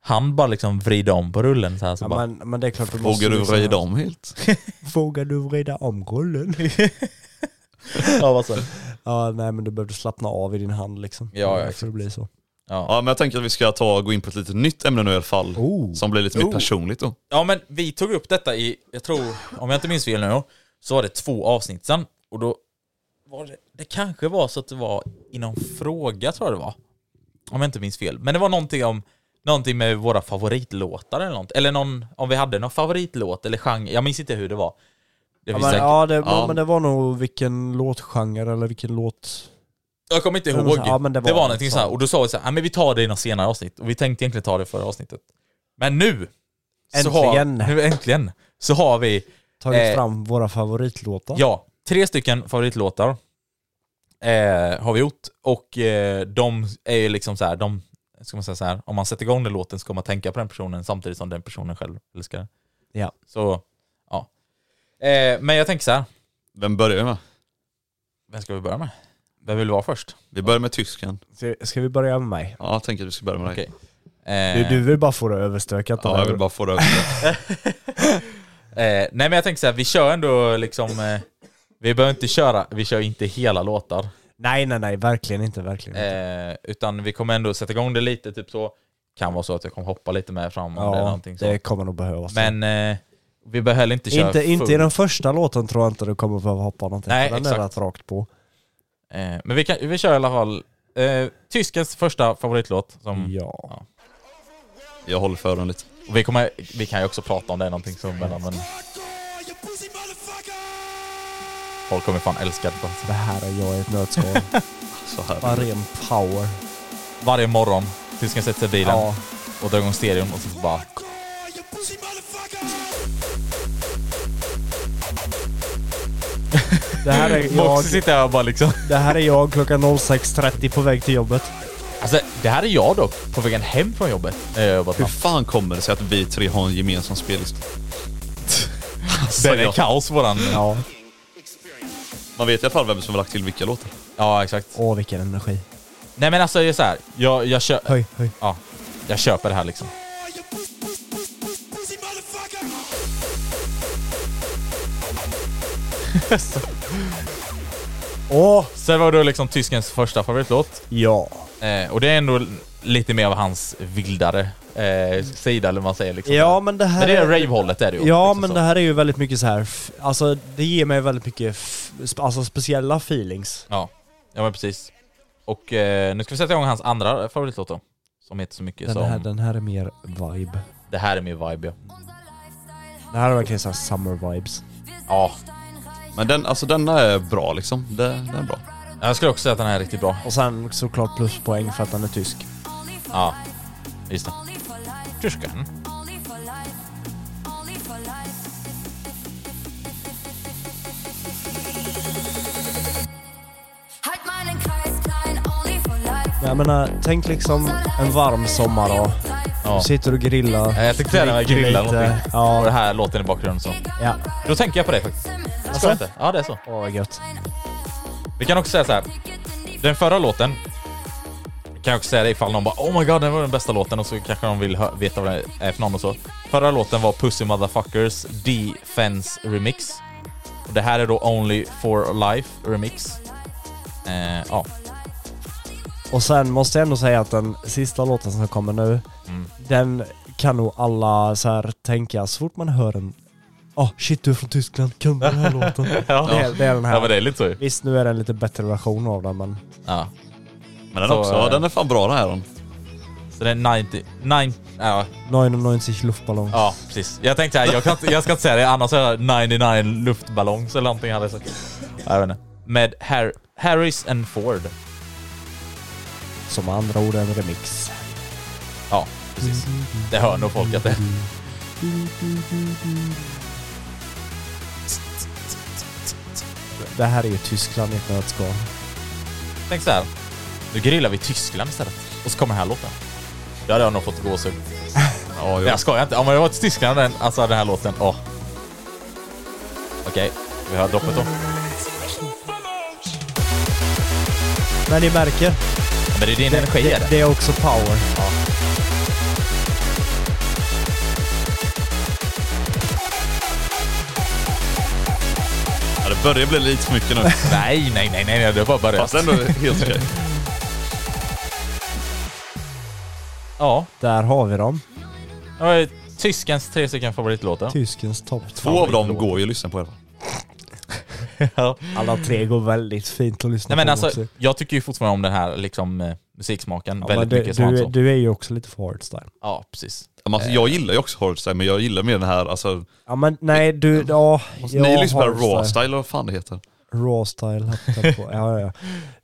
S2: han bara liksom vrider om på rullen så här, så
S3: Ja,
S2: bara,
S3: men, men det är klart du måste
S1: Vågar du
S3: liksom-
S1: vrida om helt?
S3: Vågar du vrida om rullen?
S2: ja, vad så.
S3: ja, nej men du behövde slappna av i din hand liksom.
S2: Ja, ja,
S3: För
S2: exakt.
S3: det blir så.
S2: Ja.
S1: Ja, men jag tänker att vi ska ta och gå in på ett litet nytt ämne nu i alla fall.
S3: Oh.
S1: Som blir lite mer
S2: Oh.
S1: personligt då.
S2: ja men vi tog upp detta i, jag tror, om jag inte minns fel nu, så var det två avsnitt sedan. Och då var det, det kanske var så att det var inom fråga tror jag det var. Om jag inte minns fel. Men det var någonting om Någonting med våra favoritlåtar eller något. Eller någon, om vi hade någon favoritlåt eller genre. Jag minns inte hur det var. Det
S3: Ja,
S2: finns
S3: men,
S2: säkert-
S3: ja, det,
S1: Ja.
S3: men det var nog vilken låtgenre eller vilken låt...
S2: Jag kommer inte
S3: Det var
S2: ihåg.
S3: så här, ja, men
S2: det,
S3: det
S2: var
S3: var
S2: någonting
S3: så.
S2: så här, och då sa vi så här, "Ja, men vi tar det i något senare avsnitt. Och vi tänkte egentligen ta det i förra avsnittet. Men nu!
S3: Äntligen.
S2: Så har, nu äntligen! Så har vi,
S3: Tagit
S2: Eh.
S3: fram våra favoritlåtar.
S2: ja, tre stycken favoritlåtar. Eh, har vi gjort. Och eh, de är ju liksom så här, de, ska man säga så här, om man sätter igång den låten så kommer man tänka på den personen samtidigt som den personen själv älskar den.
S3: Ja.
S2: Så, ja. Eh, men jag tänker så här,
S1: Vem börjar vi med?
S2: vem ska vi börja med? Vem vill vara först?
S1: Vi börjar med tysken.
S3: Ska- Ska vi börja med mig?
S1: Ja, jag tänker att vi ska börja med dig.
S2: Okej. Eh,
S3: Du, du vill bara få det överstökat.
S1: Ja,
S3: eller?
S1: jag vill bara få det över.
S2: Eh, nej men jag tänker så här, vi kör ändå liksom... Eh, vi behöver inte köra, vi kör inte hela låtar.
S3: Nej, nej, nej, verkligen inte, verkligen inte.
S2: Eh, utan vi kommer ändå sätta igång det lite, typ så. Kan vara så att jag kommer hoppa lite mer fram om det eller
S3: Ja,
S2: någonting
S3: det,
S2: så.
S3: kommer nog behövas.
S2: Men eh, vi behöver heller inte köra
S3: inte, inte i
S2: full.
S3: den första låten tror jag inte du kommer behöva hoppa någonting.
S2: Nej,
S3: för den
S2: exakt.
S3: är rätt rakt på.
S2: Eh, men vi, kan, vi kör i alla fall eh, tyskens första favoritlåt. Som,
S3: Ja.
S1: Jag håller för den lite.
S2: och vi, kommer, vi kan ju också prata om det någonting som mellan, men
S5: Hardcore, you pussy motherfucker!
S2: folk kommer fan älska det.
S3: Det här är jag i ett nötskal.
S1: Så här.
S3: Bara ren power.
S2: Varje morgon, tysken sätter sig i bilen
S3: Ja.
S2: och drar igång stereon och så bara...
S5: Hardcore, you pussy motherfucker!
S3: Det här är jag,
S2: Boxen sitter jag och bara liksom...
S3: det här är jag klockan 06.30 på väg till jobbet.
S2: Alltså, det här är jag dock, på vägen hem från jobbet. när jag har jobbat
S1: Hur
S2: natt.
S1: fan kommer det sig att vi tre har en gemensam spellista? Alltså,
S2: Den är
S1: jag-
S2: kaos våran... Ja,
S3: Ja.
S1: Man vet i alla fall vem som har lagt till vilka låtar.
S2: exakt.
S3: Åh, vilken energi.
S2: Nej men alltså, det är så här. Jag, jag, kö-
S3: Höj, höj.
S2: ja, jag köper det här liksom.
S5: Hardcore, you pussy, pussy, pussy, pussy, pussy motherfucker!
S3: Åh!
S2: Sen var det liksom tyskens första favoritlåt.
S3: Ja.
S2: Eh, och det är ändå lite mer av hans vildare eh, sida, eller vad man säger. Liksom.
S3: Ja, men det här
S2: men det är rave-hållet är det ju.
S3: Ja,
S2: liksom
S3: men
S2: så.
S3: det här är ju väldigt mycket så här... f- Alltså, det ger mig väldigt mycket f- sp- alltså, speciella feelings.
S2: Ja. ja, men precis. Och eh, nu ska vi sätta igång hans andra favoritlåt då. Som heter så mycket
S3: Den
S2: som...
S3: här, den här är mer vibe.
S2: Det här är min vibe, ja.
S3: Det här är verkligen så här summer vibes.
S2: ja.
S1: Men den, alltså denna är bra liksom. Det, den är bra.
S2: Jag skulle också säga att den här är riktigt bra.
S3: Och sen såklart pluspoäng för att han är tysk.
S2: Ja, just det. Tysken.
S6: Halt meinen Kreis klein, only for life.
S3: Men Jag menar, tänk liksom en varm sommardag.
S2: Ja.
S3: Du sitter och grillar.
S2: Jag tänkte säga när jag
S3: dricker
S2: grillar
S3: lite.
S2: någonting. Och det
S3: Ja.
S2: här låten i bakgrunden så.
S3: ja.
S2: Då tänker jag på det faktiskt. Jag skojar inte. Ja, det är så.
S3: Åh, vad gött.
S2: Vi kan också säga så här. Den förra låten kan jag också säga det ifall någon bara Oh my god, den var den bästa låten och så kanske de vill hö- veta vad det är för någon och så. Förra låten var Pussy Motherfuckers Defense Remix. Och det här är då Only for Life Remix. Eh, ja.
S3: Och sen måste jag ändå säga att den sista låten som kommer nu,
S2: Mm.
S3: den kan nog alla så här tänka så fort man hör den. Åh, shit du är från Tyskland, kan du den här låten? Det,
S2: Ja.
S3: är, det är den
S2: ja, men
S3: här.
S2: det är lite så ju.
S3: Visst, nu är det en lite bättre version av den, men
S2: Ja.
S1: Men den
S2: Så,
S1: också, ja,
S2: eh,
S1: den är fan bra den här. Ron.
S2: Så det är 90... 90 ja,
S3: 99 luftballong.
S2: Ja, precis. Jag tänkte här, jag, kan inte, jag ska inte säga det, annars är det 99 luftballongs eller någonting hade jag sagt. Jag vet inte. Med Har- Harris and Ford.
S3: Som med andra ord en remix.
S2: Ja, precis. Det hör nog folk att det
S3: Det här är ju Tyskland i ett nötskal.
S2: Tänk så här. Nu grillar vi Tyskland istället. Och så kommer den här låten. Då hade jag nog fått gåshud.
S1: Ja,
S2: Nej
S1: jo.
S2: jag skojar inte. Om jag varit i Tyskland den, alltså den här låten. Åh. Okej, vi hör droppet då.
S3: Men ni märker,
S2: Men det är din energi är
S3: det,
S2: det.
S3: det är också power.
S1: Ja, det börjar bli lite för mycket nu.
S2: Nej, nej, nej, nej, nej, det har bara börjat.
S1: Fast ändå helt okej.
S2: Ja,
S3: Där har vi dem.
S2: det var ju tyskens tre stycken favoritlåtar.
S3: Tyskens topp
S1: Två av dem går ju att lyssna på i alla fall.
S2: Ja.
S3: Alla tre går väldigt fint att lyssna
S2: Nej men alltså,
S3: på också.
S2: jag tycker ju fortfarande om den här liksom eh, musiksmaken
S3: Ja, men
S2: väldigt
S3: du,
S2: mycket som han
S3: du,
S2: sa.
S3: du är ju också lite för hardstyle.
S2: Ja, precis.
S1: Ja, men Alltså, jag gillar ju också hardstyle, men jag gillar mer den här, alltså,
S3: Ja men nej du, ja.
S1: ni
S3: ja,
S1: lyssnar på
S3: hardstyle.
S1: raw style eller vad fan det heter.
S3: Raw style hette jag på. Ja, ja, ja.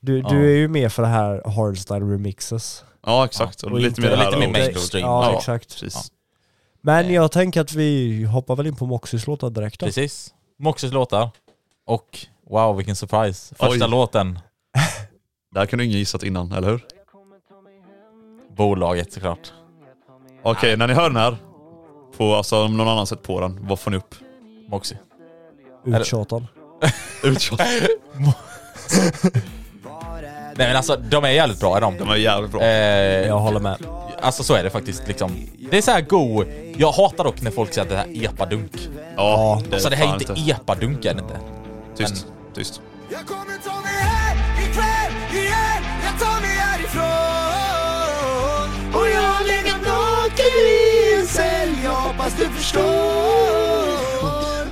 S3: Du,
S2: Ja.
S3: du är ju med för det här hardstyle remixes.
S1: Ja exakt, och,
S3: och
S1: lite
S3: inte-
S1: mer det här
S2: lite mer
S1: old
S2: mainstream.
S1: school.
S3: Ja,
S2: Ja,
S3: exakt.
S1: Precis.
S3: Men jag tänker att vi hoppar väl in på Moxys låtar direkt då.
S2: Precis. Moxys låtar. Och wow, vilken surprise. Första
S1: Oj.
S2: låten.
S1: Där kunde ingen gissat innan, eller hur?
S2: Bolaget såklart.
S1: Okej, när ni hör den här, på, alltså om någon annan sett på den, vad får ni upp?
S2: Moxie.
S3: Uttjatan.
S1: Utshot.
S2: Nej men alltså, de är jävligt bra är de.
S1: De är jävligt bra.
S2: Eh,
S3: Jag håller med.
S2: Alltså så är det faktiskt liksom. Det är så här go. Jag hatar dock när folk säger att det här är epadunk.
S1: ja, det
S2: Alltså det här är
S1: fan
S2: inte epadunk är det inte.
S1: Tyst, tyst.
S5: Jag kommer ta mig här ikväll igen Jag tar mig härifrån Och jag har legat naken i en cell Jag hoppas du förstår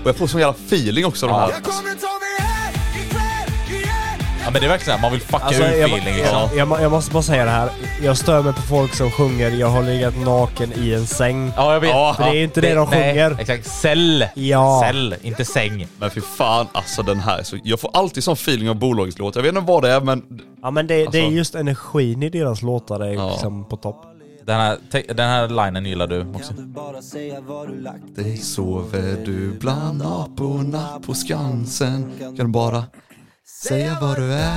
S1: Och jag får sån jävla feeling också av
S2: Ja.
S1: de här.
S5: Jag kommer ta mig här ikväll igen
S2: Ja men det är verkligen så här, man vill fucka
S3: Alltså,
S2: ur
S3: jag,
S2: feeling liksom.
S3: jag, jag, må- jag måste bara säga det här. Jag stör mig på folk som sjunger “Jag har legat naken i en säng”.
S2: Ja jag vet.
S1: Ja,
S3: för det är ju inte det de
S2: nej,
S3: sjunger.
S2: Exakt. Cell.
S3: Ja.
S2: Cell, inte säng.
S1: Men fy fan alltså den här, så jag får alltid sån feeling av bolagets låt. Jag vet inte vad det är men
S3: Ja men det, det är
S1: Alltså-
S3: just energin i deras låtar är ju
S1: Ja.
S3: liksom på topp.
S2: Den här, te- den här linen gillar du också.
S1: Dig sover du bland aporna på Skansen Kan du bara säga vad du är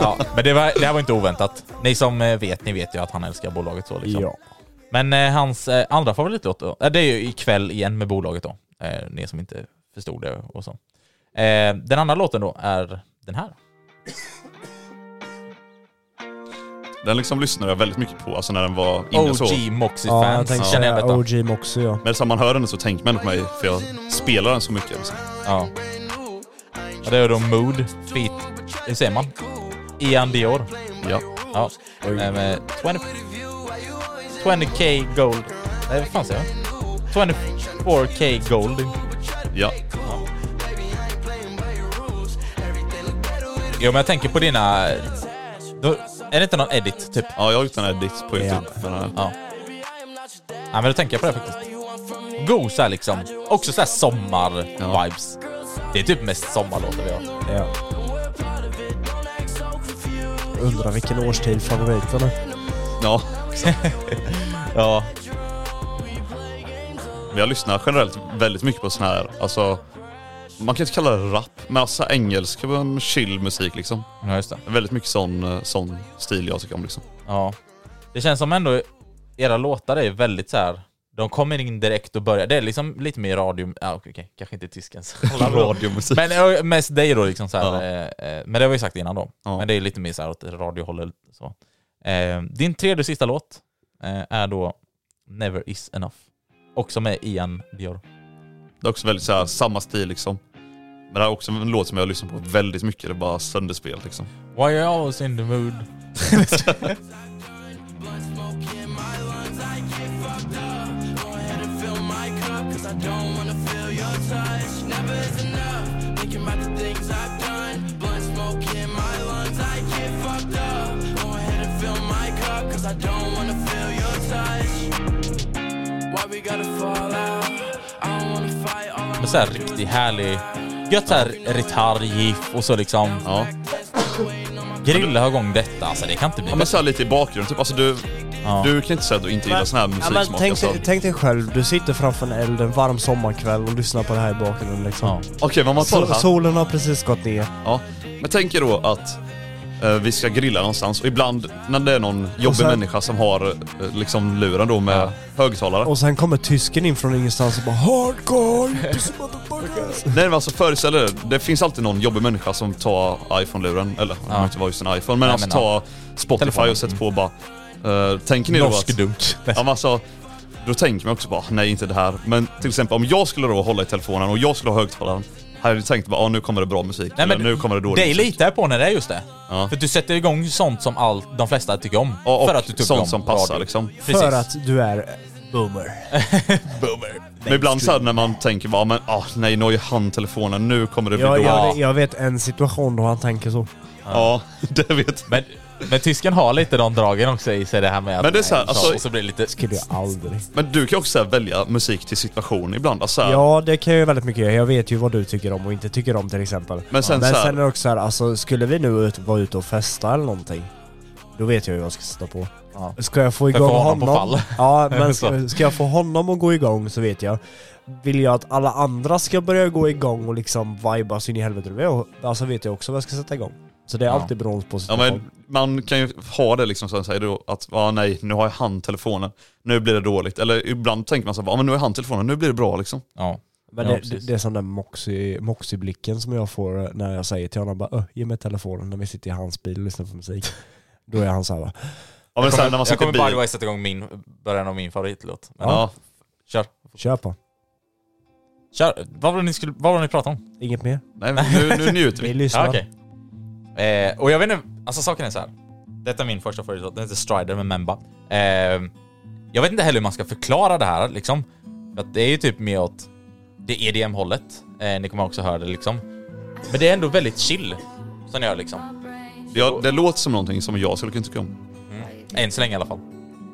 S2: Ja, men det, var, det här var inte oväntat. Ni som eh, vet, ni vet ju att han älskar bolaget så liksom.
S3: Ja.
S2: Men eh, hans eh, andra favoritlåt då, eh, det är ju ikväll igen med bolaget då. Eh, ni som inte förstod det och så. Eh, den andra låten då är den här.
S1: Den liksom lyssnade jag väldigt mycket på, alltså när den var inne så.
S2: OG
S3: Ja, jag
S2: Moxie-fans
S3: tänkte
S2: känner igen
S3: säga
S2: detta.
S3: OG Moxie ja.
S1: Men när man hör den så tänker man på mig, för jag spelar den så mycket. Liksom.
S2: Ja. Och det är då Mood, feat, hur säger man? Ian Dior.
S1: Ja.
S2: Ja. Eh, med 20, 20k gold. Nej, vad fan säger jag? 24k gold.
S1: ja.
S2: Jo, men jag tänker på dina... Då, är det inte någon edit, typ?
S1: Ja, jag har gjort den här ditt på Youtube. Den här.
S2: Ja. Ja, men då tänker jag på det faktiskt. God så här liksom. Också så här sommar-vibes. Det är typ mest sommarlåtar vi har.
S3: ja. Undrar vilken årstid favoriten är.
S1: Ja.
S2: Ja.
S1: Men jag lyssnar generellt väldigt mycket på sån här, alltså man kan inte kalla det rap, men alltså engelsk men chill musik liksom.
S2: Ja, just det.
S1: Väldigt mycket sån, eh, sån stil jag tycker om liksom.
S2: Ja. Det känns som ändå era låtar är väldigt så här. De kommer in direkt och börjar. Det är liksom lite mer radio... Ja, okej, okej. kanske inte tyskens.
S1: Radiomusik.
S2: Men ö, mest dig då liksom så här, eh, eh, Men det har vi sagt innan då.
S1: Ja.
S2: Men det är lite mer så här åt radiohållet. Så. Eh, din tredje sista låt eh, är då Never Is Enough. Också med Ian Dior.
S1: Det är också väldigt så här, samma stil liksom. Men det här är också en låt som jag lyssnar på väldigt mycket, det är bara sönderspel liksom.
S2: Why are you always in the mood? Men så här riktigt härlig, gött så här ritarr-gif och så liksom
S1: Ja.
S2: grilla igång detta. Alltså det kan inte bli
S1: ja men
S2: bättre.
S1: så här lite i bakgrunden, typ alltså du,
S2: Ja.
S1: Du kan inte säga att du inte gillar sån här
S3: Ja, men
S1: musiksmak.
S3: tänk,
S1: alltså.
S3: dig,
S1: Okej,
S3: tänk dig själv, du sitter framför en eld en varm sommarkväll och lyssnar på det här i bakgrunden liksom.
S2: Ja.
S1: men man tar det
S3: Sol,
S1: här.
S3: solen har precis gått ner.
S1: Ja. Men tänk er då att eh, vi ska grilla någonstans och ibland när det är någon jobbig
S3: sen-
S1: människa som har eh, liksom luren då med högtalare.
S3: Och sen kommer tysken in från ingenstans och bara Hardcore! pussy motherfuckers."
S1: Nej men alltså föreställ er, det finns alltid någon jobbig människa som tar iPhone-luren, eller det behöver inte vara just en iPhone, men
S2: Nej,
S1: alltså
S2: men
S1: tar Spotify
S2: Telefonen.
S1: och sätter på och bara... eh, tänker ni då att...
S2: Norsk dumt.
S1: Ja men alltså, då tänker man också bara nej inte det här. Men till exempel om jag skulle då hålla i telefonen och jag skulle ha högtalaren, hade jag tänkt bara ah, nu kommer det bra musik,
S2: Nej,
S1: eller
S2: men
S1: nu kommer det dålig
S2: Det
S1: musik.
S2: litar jag på när det är just det.
S1: Ja.
S2: För att du sätter igång sånt som all, de flesta tycker om.
S1: Ja, och
S2: för att du tycker om
S1: sånt som passar
S2: radio.
S1: liksom.
S2: Precis.
S3: För att du är boomer.
S1: Men ibland så här när man tänker bara, men ah, nej nu har ju han telefonen, nu kommer det bli
S3: Jag,
S1: dåligt. Ja,
S3: jag, jag vet en situation då han tänker så.
S1: det vet
S2: Men, men tysken har lite de dragen också i sig det här med att...
S1: Men det är så här, alltså-
S2: och så blir det lite...
S3: Skulle jag aldrig.
S1: Men du kan ju också så här, välja musik till situation ibland. Alltså, så här,
S3: Ja, det kan jag ju väldigt mycket göra. Jag vet ju vad du tycker om och inte tycker om till exempel.
S1: Men sen
S3: Men
S1: så här-
S3: sen är det också så här, alltså skulle vi nu ut, vara ute och festa eller någonting. Då vet jag ju vad jag ska sätta på.
S2: Ja.
S3: Ska jag få
S2: Ska
S3: igång
S2: jag få honom
S3: honom?
S2: på fall?
S3: Ja, men
S2: Så.
S3: ska, ska jag få honom att gå igång så vet jag. Vill jag att alla andra ska börja gå igång och liksom vibas in i helvete, då vet jag- alltså vet jag också vad jag ska sätta igång. Så det är
S2: Ja.
S3: alltid beroende på
S1: Ja,
S3: situation.
S1: men man kan ju ha det liksom så här, säger du att ah, nej, nu har jag han telefonen, nu blir det dåligt. Eller ibland tänker man så här, ah, men nu har han telefonen, nu blir det bra liksom.
S2: Ja.
S3: Men
S2: Ja,
S3: det,
S2: precis.
S3: det är som den moxie- moxie-blicken som jag får när jag säger till honom bara "Öh, ge mig telefonen när vi sitter i hans bil och lyssnar på musik. Då är han såhär
S1: Ja, men sen när man
S2: jag
S1: sitter i
S2: kommer by the
S1: bil.
S2: way sätta igång min, början av min favoritlåt. Men
S1: Ja,
S2: Kör.
S3: kör på.
S2: Kör. Vad var det ni, skulle, vad var det ni pratade om?
S3: Inget mer.
S1: nej, men nu, nu njuter
S3: Vi
S1: vi.
S3: lyssnar.
S2: Ja, okej. Eh, och jag vet inte, alltså saken är så här. Detta är min första favoritlåt, den heter Strider med Memba. Eh, jag vet inte heller hur man ska förklara det här liksom. För att det är ju typ mer åt det EDM-hållet. Eh, ni kommer också höra det liksom. Men det är ändå väldigt chill som jag gör liksom.
S1: Ja, det låter som någonting som jag skulle kunna tycka om.
S2: Än så länge i alla fall.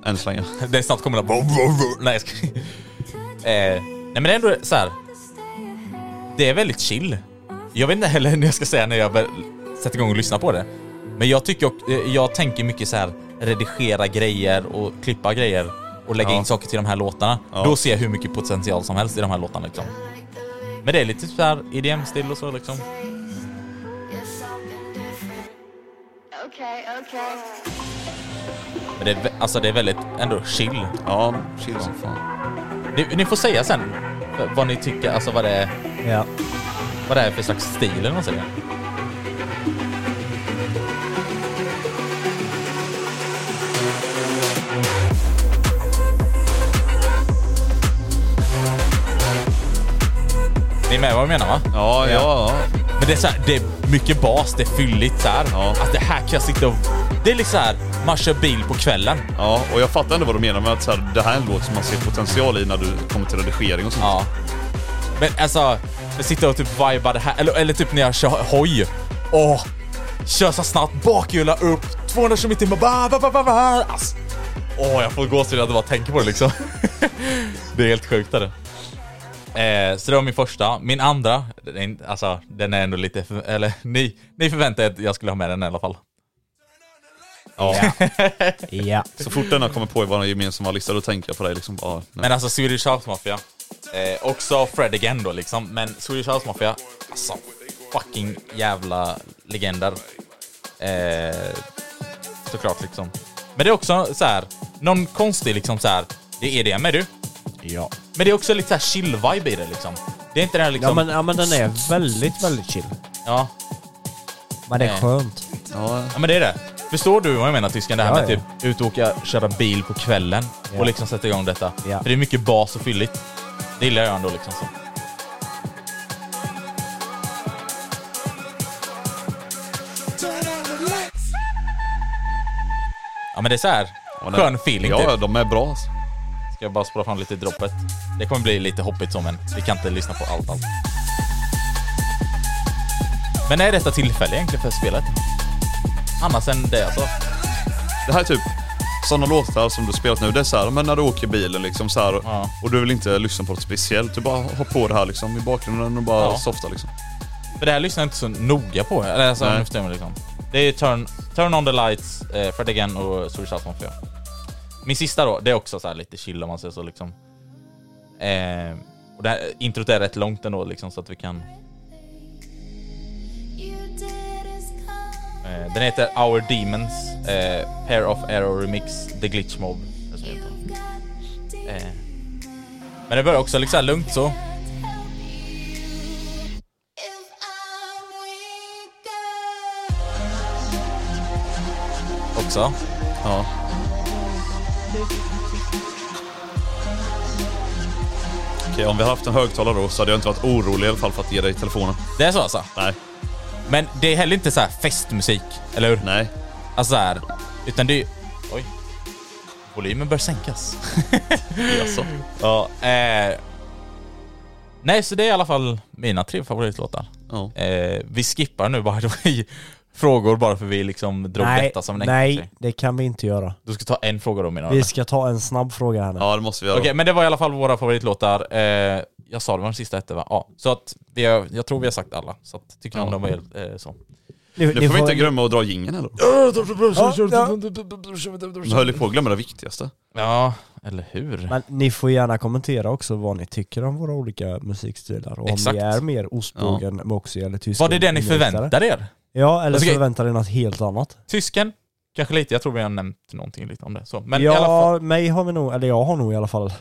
S1: Än så länge.
S2: Det är snart kommer det... Nej, jag ska... eh, nej men det är ändå så här. Det är väldigt chill. Jag vet inte heller när jag ska säga när jag väl sätter igång och lyssnar på det. Men jag tycker och, eh, jag tänker mycket så här redigera grejer och klippa grejer och lägga
S1: Ja.
S2: in saker till de här låtarna.
S1: Ja.
S2: Då ser jag hur mycket potential som helst i de här låtarna liksom. Men det är lite så här EDM-stil och så liksom.
S6: Okay, okay.
S2: Men det är, vä- alltså det är väldigt ändå chill.
S1: Ja, chill som fan.
S2: Ni, ni får säga sen vad ni tycker, alltså vad det är,
S3: Ja.
S2: vad det är för slags stil eller vad man säger. Ni är med vad jag menar va?
S1: Ja, ja, ja.
S2: Men det är, så här, det är mycket bas, det är fylligt så här.
S1: Ja.
S2: Att det här kan jag sitta och... Det är liksom så här, man kör bil på kvällen.
S1: ja. Och jag fattar ändå vad du menar med att så här, det här är en låt som man ser potential i när du kommer till redigering och sånt.
S2: Ja. Men alltså, jag sitter och typ vibar det här, eller, eller typ när jag kör hoj. Åh! Kör så snabbt, bakhjula upp, 200 km i timmen, ba, ba, ba, ba, ba. Alltså, Åh, jag får gåshud när jag bara tänker på det liksom. det är helt sjukt är det. Eh, så det var min första. Min andra, den är, inte- alltså den är ändå lite, för, eller ni, ni förväntade er att jag skulle ha med den i alla fall.
S1: Ja.
S3: ja.
S1: Så fort denna kommer på i vår gemensamma lista, då tänker jag på dig liksom bara, nej.
S2: Men alltså Swedish House Mafia. Eh, också Fred again då liksom. Men Swedish House Mafia. Alltså fucking jävla legender. Eh, såklart liksom. Men det är också så här. Någon konstig liksom så här. Det är det med du.
S3: Ja.
S2: Men det är också lite så här chill vibe i det liksom. Det är inte den här liksom.
S3: Ja men, ja men den är väldigt, väldigt chill.
S2: ja.
S3: Men det är
S2: Nej.
S3: skönt.
S1: Ja,
S2: Ja men det är det. Förstår du vad jag menar tysken? Det här
S3: Ja,
S2: med
S3: ja.
S2: typ ut och åka, köra bil på kvällen
S3: Ja.
S2: och liksom sätta igång detta.
S3: Ja.
S2: För det är mycket bas och fylligt. Det gillar jag ändå liksom. Så. Ja men det är så här.
S1: ja, nej.
S2: skön feeling
S1: Ja,
S2: typ.
S1: de är bra. alltså.
S2: Ska jag bara spola fram lite i droppet. Det kommer bli lite hoppigt så men vi kan inte lyssna på allt allt. Men när är detta tillfälle egentligen för spelet? Annars än det alltså.
S1: Det här är typ sådana låtar som du spelat nu, det är så här, men när du åker bilen liksom så här,
S2: Ja.
S1: och du vill inte lyssna på något speciellt, du bara har på det här liksom i bakgrunden och bara
S2: Ja.
S1: softar liksom.
S2: För det här lyssnar jag inte så noga på. Eller alltså, om
S1: Nej.
S2: ni förstår mig liksom. Det är ju turn, turn on the lights, eh, Fred Again och Swedish House Mafia. Min sista då, det är också så här lite chill om man säger så liksom. Eh, och det här introt är rätt långt ändå liksom så att vi kan... Eh, den heter Our Demons, eh, Pair of Error Remix, The Glitch Mob. Det är så den heter. Eh, men det börjar också liksom så här lugnt så. Också.
S1: Ja. Okej, eh, om vi hade haft en högtalare då så hade jag inte varit orolig i alla fall för att ge dig telefonen.
S2: Det är så alltså?
S1: Nej,
S2: Men det är heller inte så här festmusik, eller hur?
S1: nej.
S2: Alltså så här, utan det är Oj. Volymen bör sänkas.
S1: Jaså.
S2: ja, eh, nej, så det är i alla fall mina tre favoritlåtar.
S1: Ja.
S2: Eh, vi skippar nu by the way frågor bara för vi liksom drog
S3: Nej,
S2: detta som en enkel
S3: nej
S2: grej.
S3: det kan vi inte göra.
S2: Du ska ta en fråga då menar du?
S3: Vi
S2: eller?
S3: ska ta en snabb fråga här nu.
S1: ja, det måste vi göra.
S2: Okej, men det var i alla fall våra favoritlåtar. Eh, jag sa det var den sista hette va? Ja. Så att vi har, jag tror vi har sagt alla. Så att tycker ni om
S1: Ja.
S2: dem är eh, så.
S3: Ni,
S1: Nu får vi inte glömma att dra jingeln heller.
S3: Ja, ja.
S1: Nu höll vi på att glömma det viktigaste.
S2: Ja, eller hur?
S3: Men ni får gärna kommentera också vad ni tycker om våra olika musikstilar och om
S2: Exakt.
S3: ni är mer ostbågen, moxie eller tysk.
S2: var det det ni förväntade er?
S3: Ja, eller
S2: Alltså, okej.
S3: förväntar er något helt annat.
S2: Tysken, kanske lite. Jag tror vi har nämnt någonting lite om det. Så. Men
S3: ja,
S2: i alla fall.
S3: mig har vi nog, eller jag har nog i alla fall.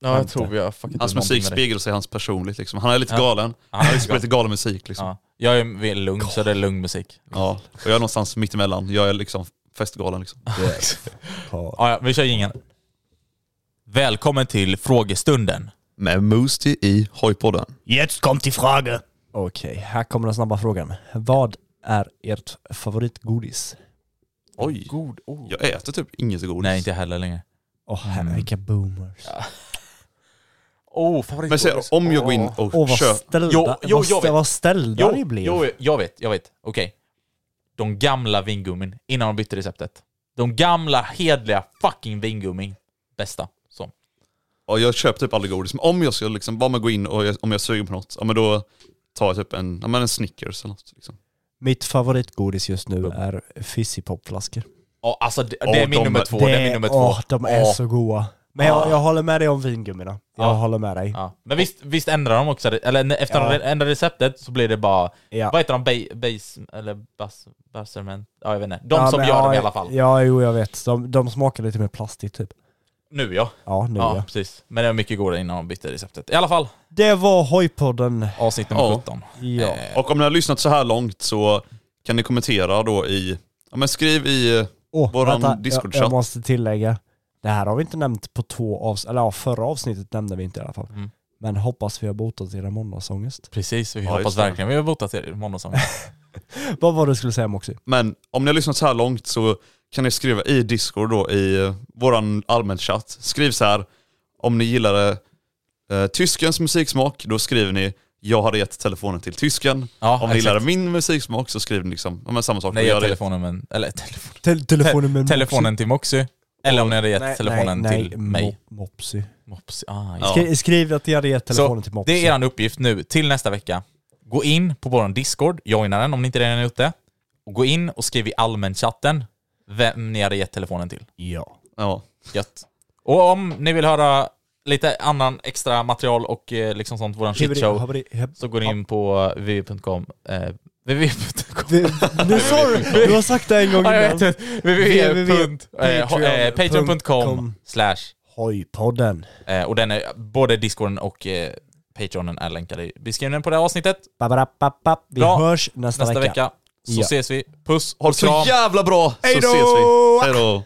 S2: Ja,
S3: jag tror
S2: vi har fuckat
S1: Hans musik speglar sig i hans personligt liksom. Han är lite
S2: Ja.
S1: galen.
S2: Han
S1: Han spelar lite galen musik liksom.
S2: Ja. Jag är väl lugn, så det är lugn musik.
S1: Ja. Och jag är någonstans mittemellan. Jag är liksom festgalen liksom.
S3: Ja.
S2: Ja, ja, vi kör ingen. Välkommen till frågestunden.
S1: Med Moose T i Hojpodden.
S3: Okej, här kommer den snabba frågan. Vad är ert favoritgodis?
S1: Oj.
S2: God ord.
S1: Jag äter typ inget godis.
S2: Nej, inte jag heller längre.
S3: Åh, här
S2: Mm.
S3: vilka boomers.
S2: Oh,
S1: Men säg om jag går in och
S3: Åh, vad
S1: köper...
S3: ställda,
S2: Jo, jo,
S3: vad,
S2: jag
S3: stä-
S2: vet.
S3: vad ställda
S2: Jo,
S3: ni blev.
S2: jo, jag vet, jag vet. Okej. De gamla vingummin innan de bytte receptet. De gamla hedliga fucking vingummin. Bästa. Så.
S1: Ja, jag köper typ aldrig godis. Men om jag ska liksom, bara man går in och jag, om jag är sugen på något, ja men då tar jag typ en, ja, men en Snickers eller något. Liksom.
S3: Mitt favoritgodis just nu är fizzypopflaskor.
S2: Ja, alltså det,
S1: Åh,
S2: det är min
S1: de-
S2: nummer två. Det, är min nummer två.
S3: åh, de är
S2: Åh. Ah.
S3: så goa. Men jag, jag håller med dig om vingummina. Jag
S2: Ja.
S3: håller med dig.
S2: Ja. Men visst, visst ändrar de också, eller ne- efter
S3: Ja.
S2: de ändrar receptet så blir det bara,
S3: Ja.
S2: vad heter de, Ba- base, eller bas, baserment? Ja jag vet inte. De
S3: Ja,
S2: som
S3: men
S2: gör
S3: ja,
S2: dem i alla fall.
S3: Ja, jo jag vet. De, de smakar lite mer plastigt typ.
S2: Nu ja.
S3: Ja, nu
S2: ja,
S3: ja.
S2: precis. Men det var mycket godare innan de bytte receptet. I alla fall,
S3: Det var hojpodden.
S2: avsnitt nummer
S1: Ja.
S2: 17.
S3: Ja.
S2: Eh,
S1: Och om ni har lyssnat så här långt så kan ni kommentera då i, ja men skriv i,
S3: Åh,
S1: våran
S3: vänta, jag,
S1: Discord-chatt.
S3: jag måste tillägga. Det här har vi inte nämnt på två avsnitt, eller ja, förra avsnittet nämnde vi inte i alla fall.
S2: Mm.
S3: Men hoppas vi har botat era måndagsångest.
S2: Precis, vi
S1: Ja,
S2: hoppas
S1: just det.
S2: verkligen vi har botat er i måndagsången.
S3: Vad var det du skulle säga Moxie?
S1: men om ni har lyssnat så här långt så kan ni skriva i Discord då i eh, våran allmän chatt. Skriv så här, om ni gillade eh, tyskens musiksmak, då skriver ni jag hade gett telefonen till tysken.
S2: Ja,
S1: om ni
S2: exakt.
S1: gillade min musiksmak så skriver ni liksom, ja men samma sak.
S2: Nej,
S1: Jag
S2: jag
S1: hade gett-
S2: telefonen, eller telefon,
S3: Te- telefonen med
S2: telefonen till Moxie. Eller om ni hade
S3: Mopsy.
S2: gett telefonen
S3: nej,
S2: till
S3: nej,
S2: mig.
S3: Mo- Mopsy.
S2: Mopsy. Ah,
S1: Ja.
S3: Skri- Skriv att jag hade gett
S2: så
S3: telefonen till Mopsy.
S2: det är er uppgift nu till nästa vecka. Gå in på vår Discord, joina den om ni inte redan har gjort det. Och gå in och skriv i allmänchatten vem ni hade gett telefonen till.
S3: Ja.
S1: Ja.
S2: Gött. Och om ni vill höra lite annan extra material och eh, liksom sånt, våran shitshow, så går ni in på www.com. Eh, www.com.
S3: Vi- Nu sa du, du har sagt det en gång
S2: Ja, jag
S3: innan.
S2: vet inte. www.patreon.com
S3: Patreon.com.
S2: slash
S3: Hojpodden.
S2: eh, och den är, både discorden och eh, Patreonen är länkade i beskrivningen på det här avsnittet.
S3: Babarapapapp. Vi
S2: Bra.
S3: hörs nästa,
S2: nästa vecka. Så
S3: Ja.
S2: ses vi. Puss
S1: Ha det
S2: och kram.
S1: så jävla bra!
S3: Hej då!
S1: Så ses vi. Hej då!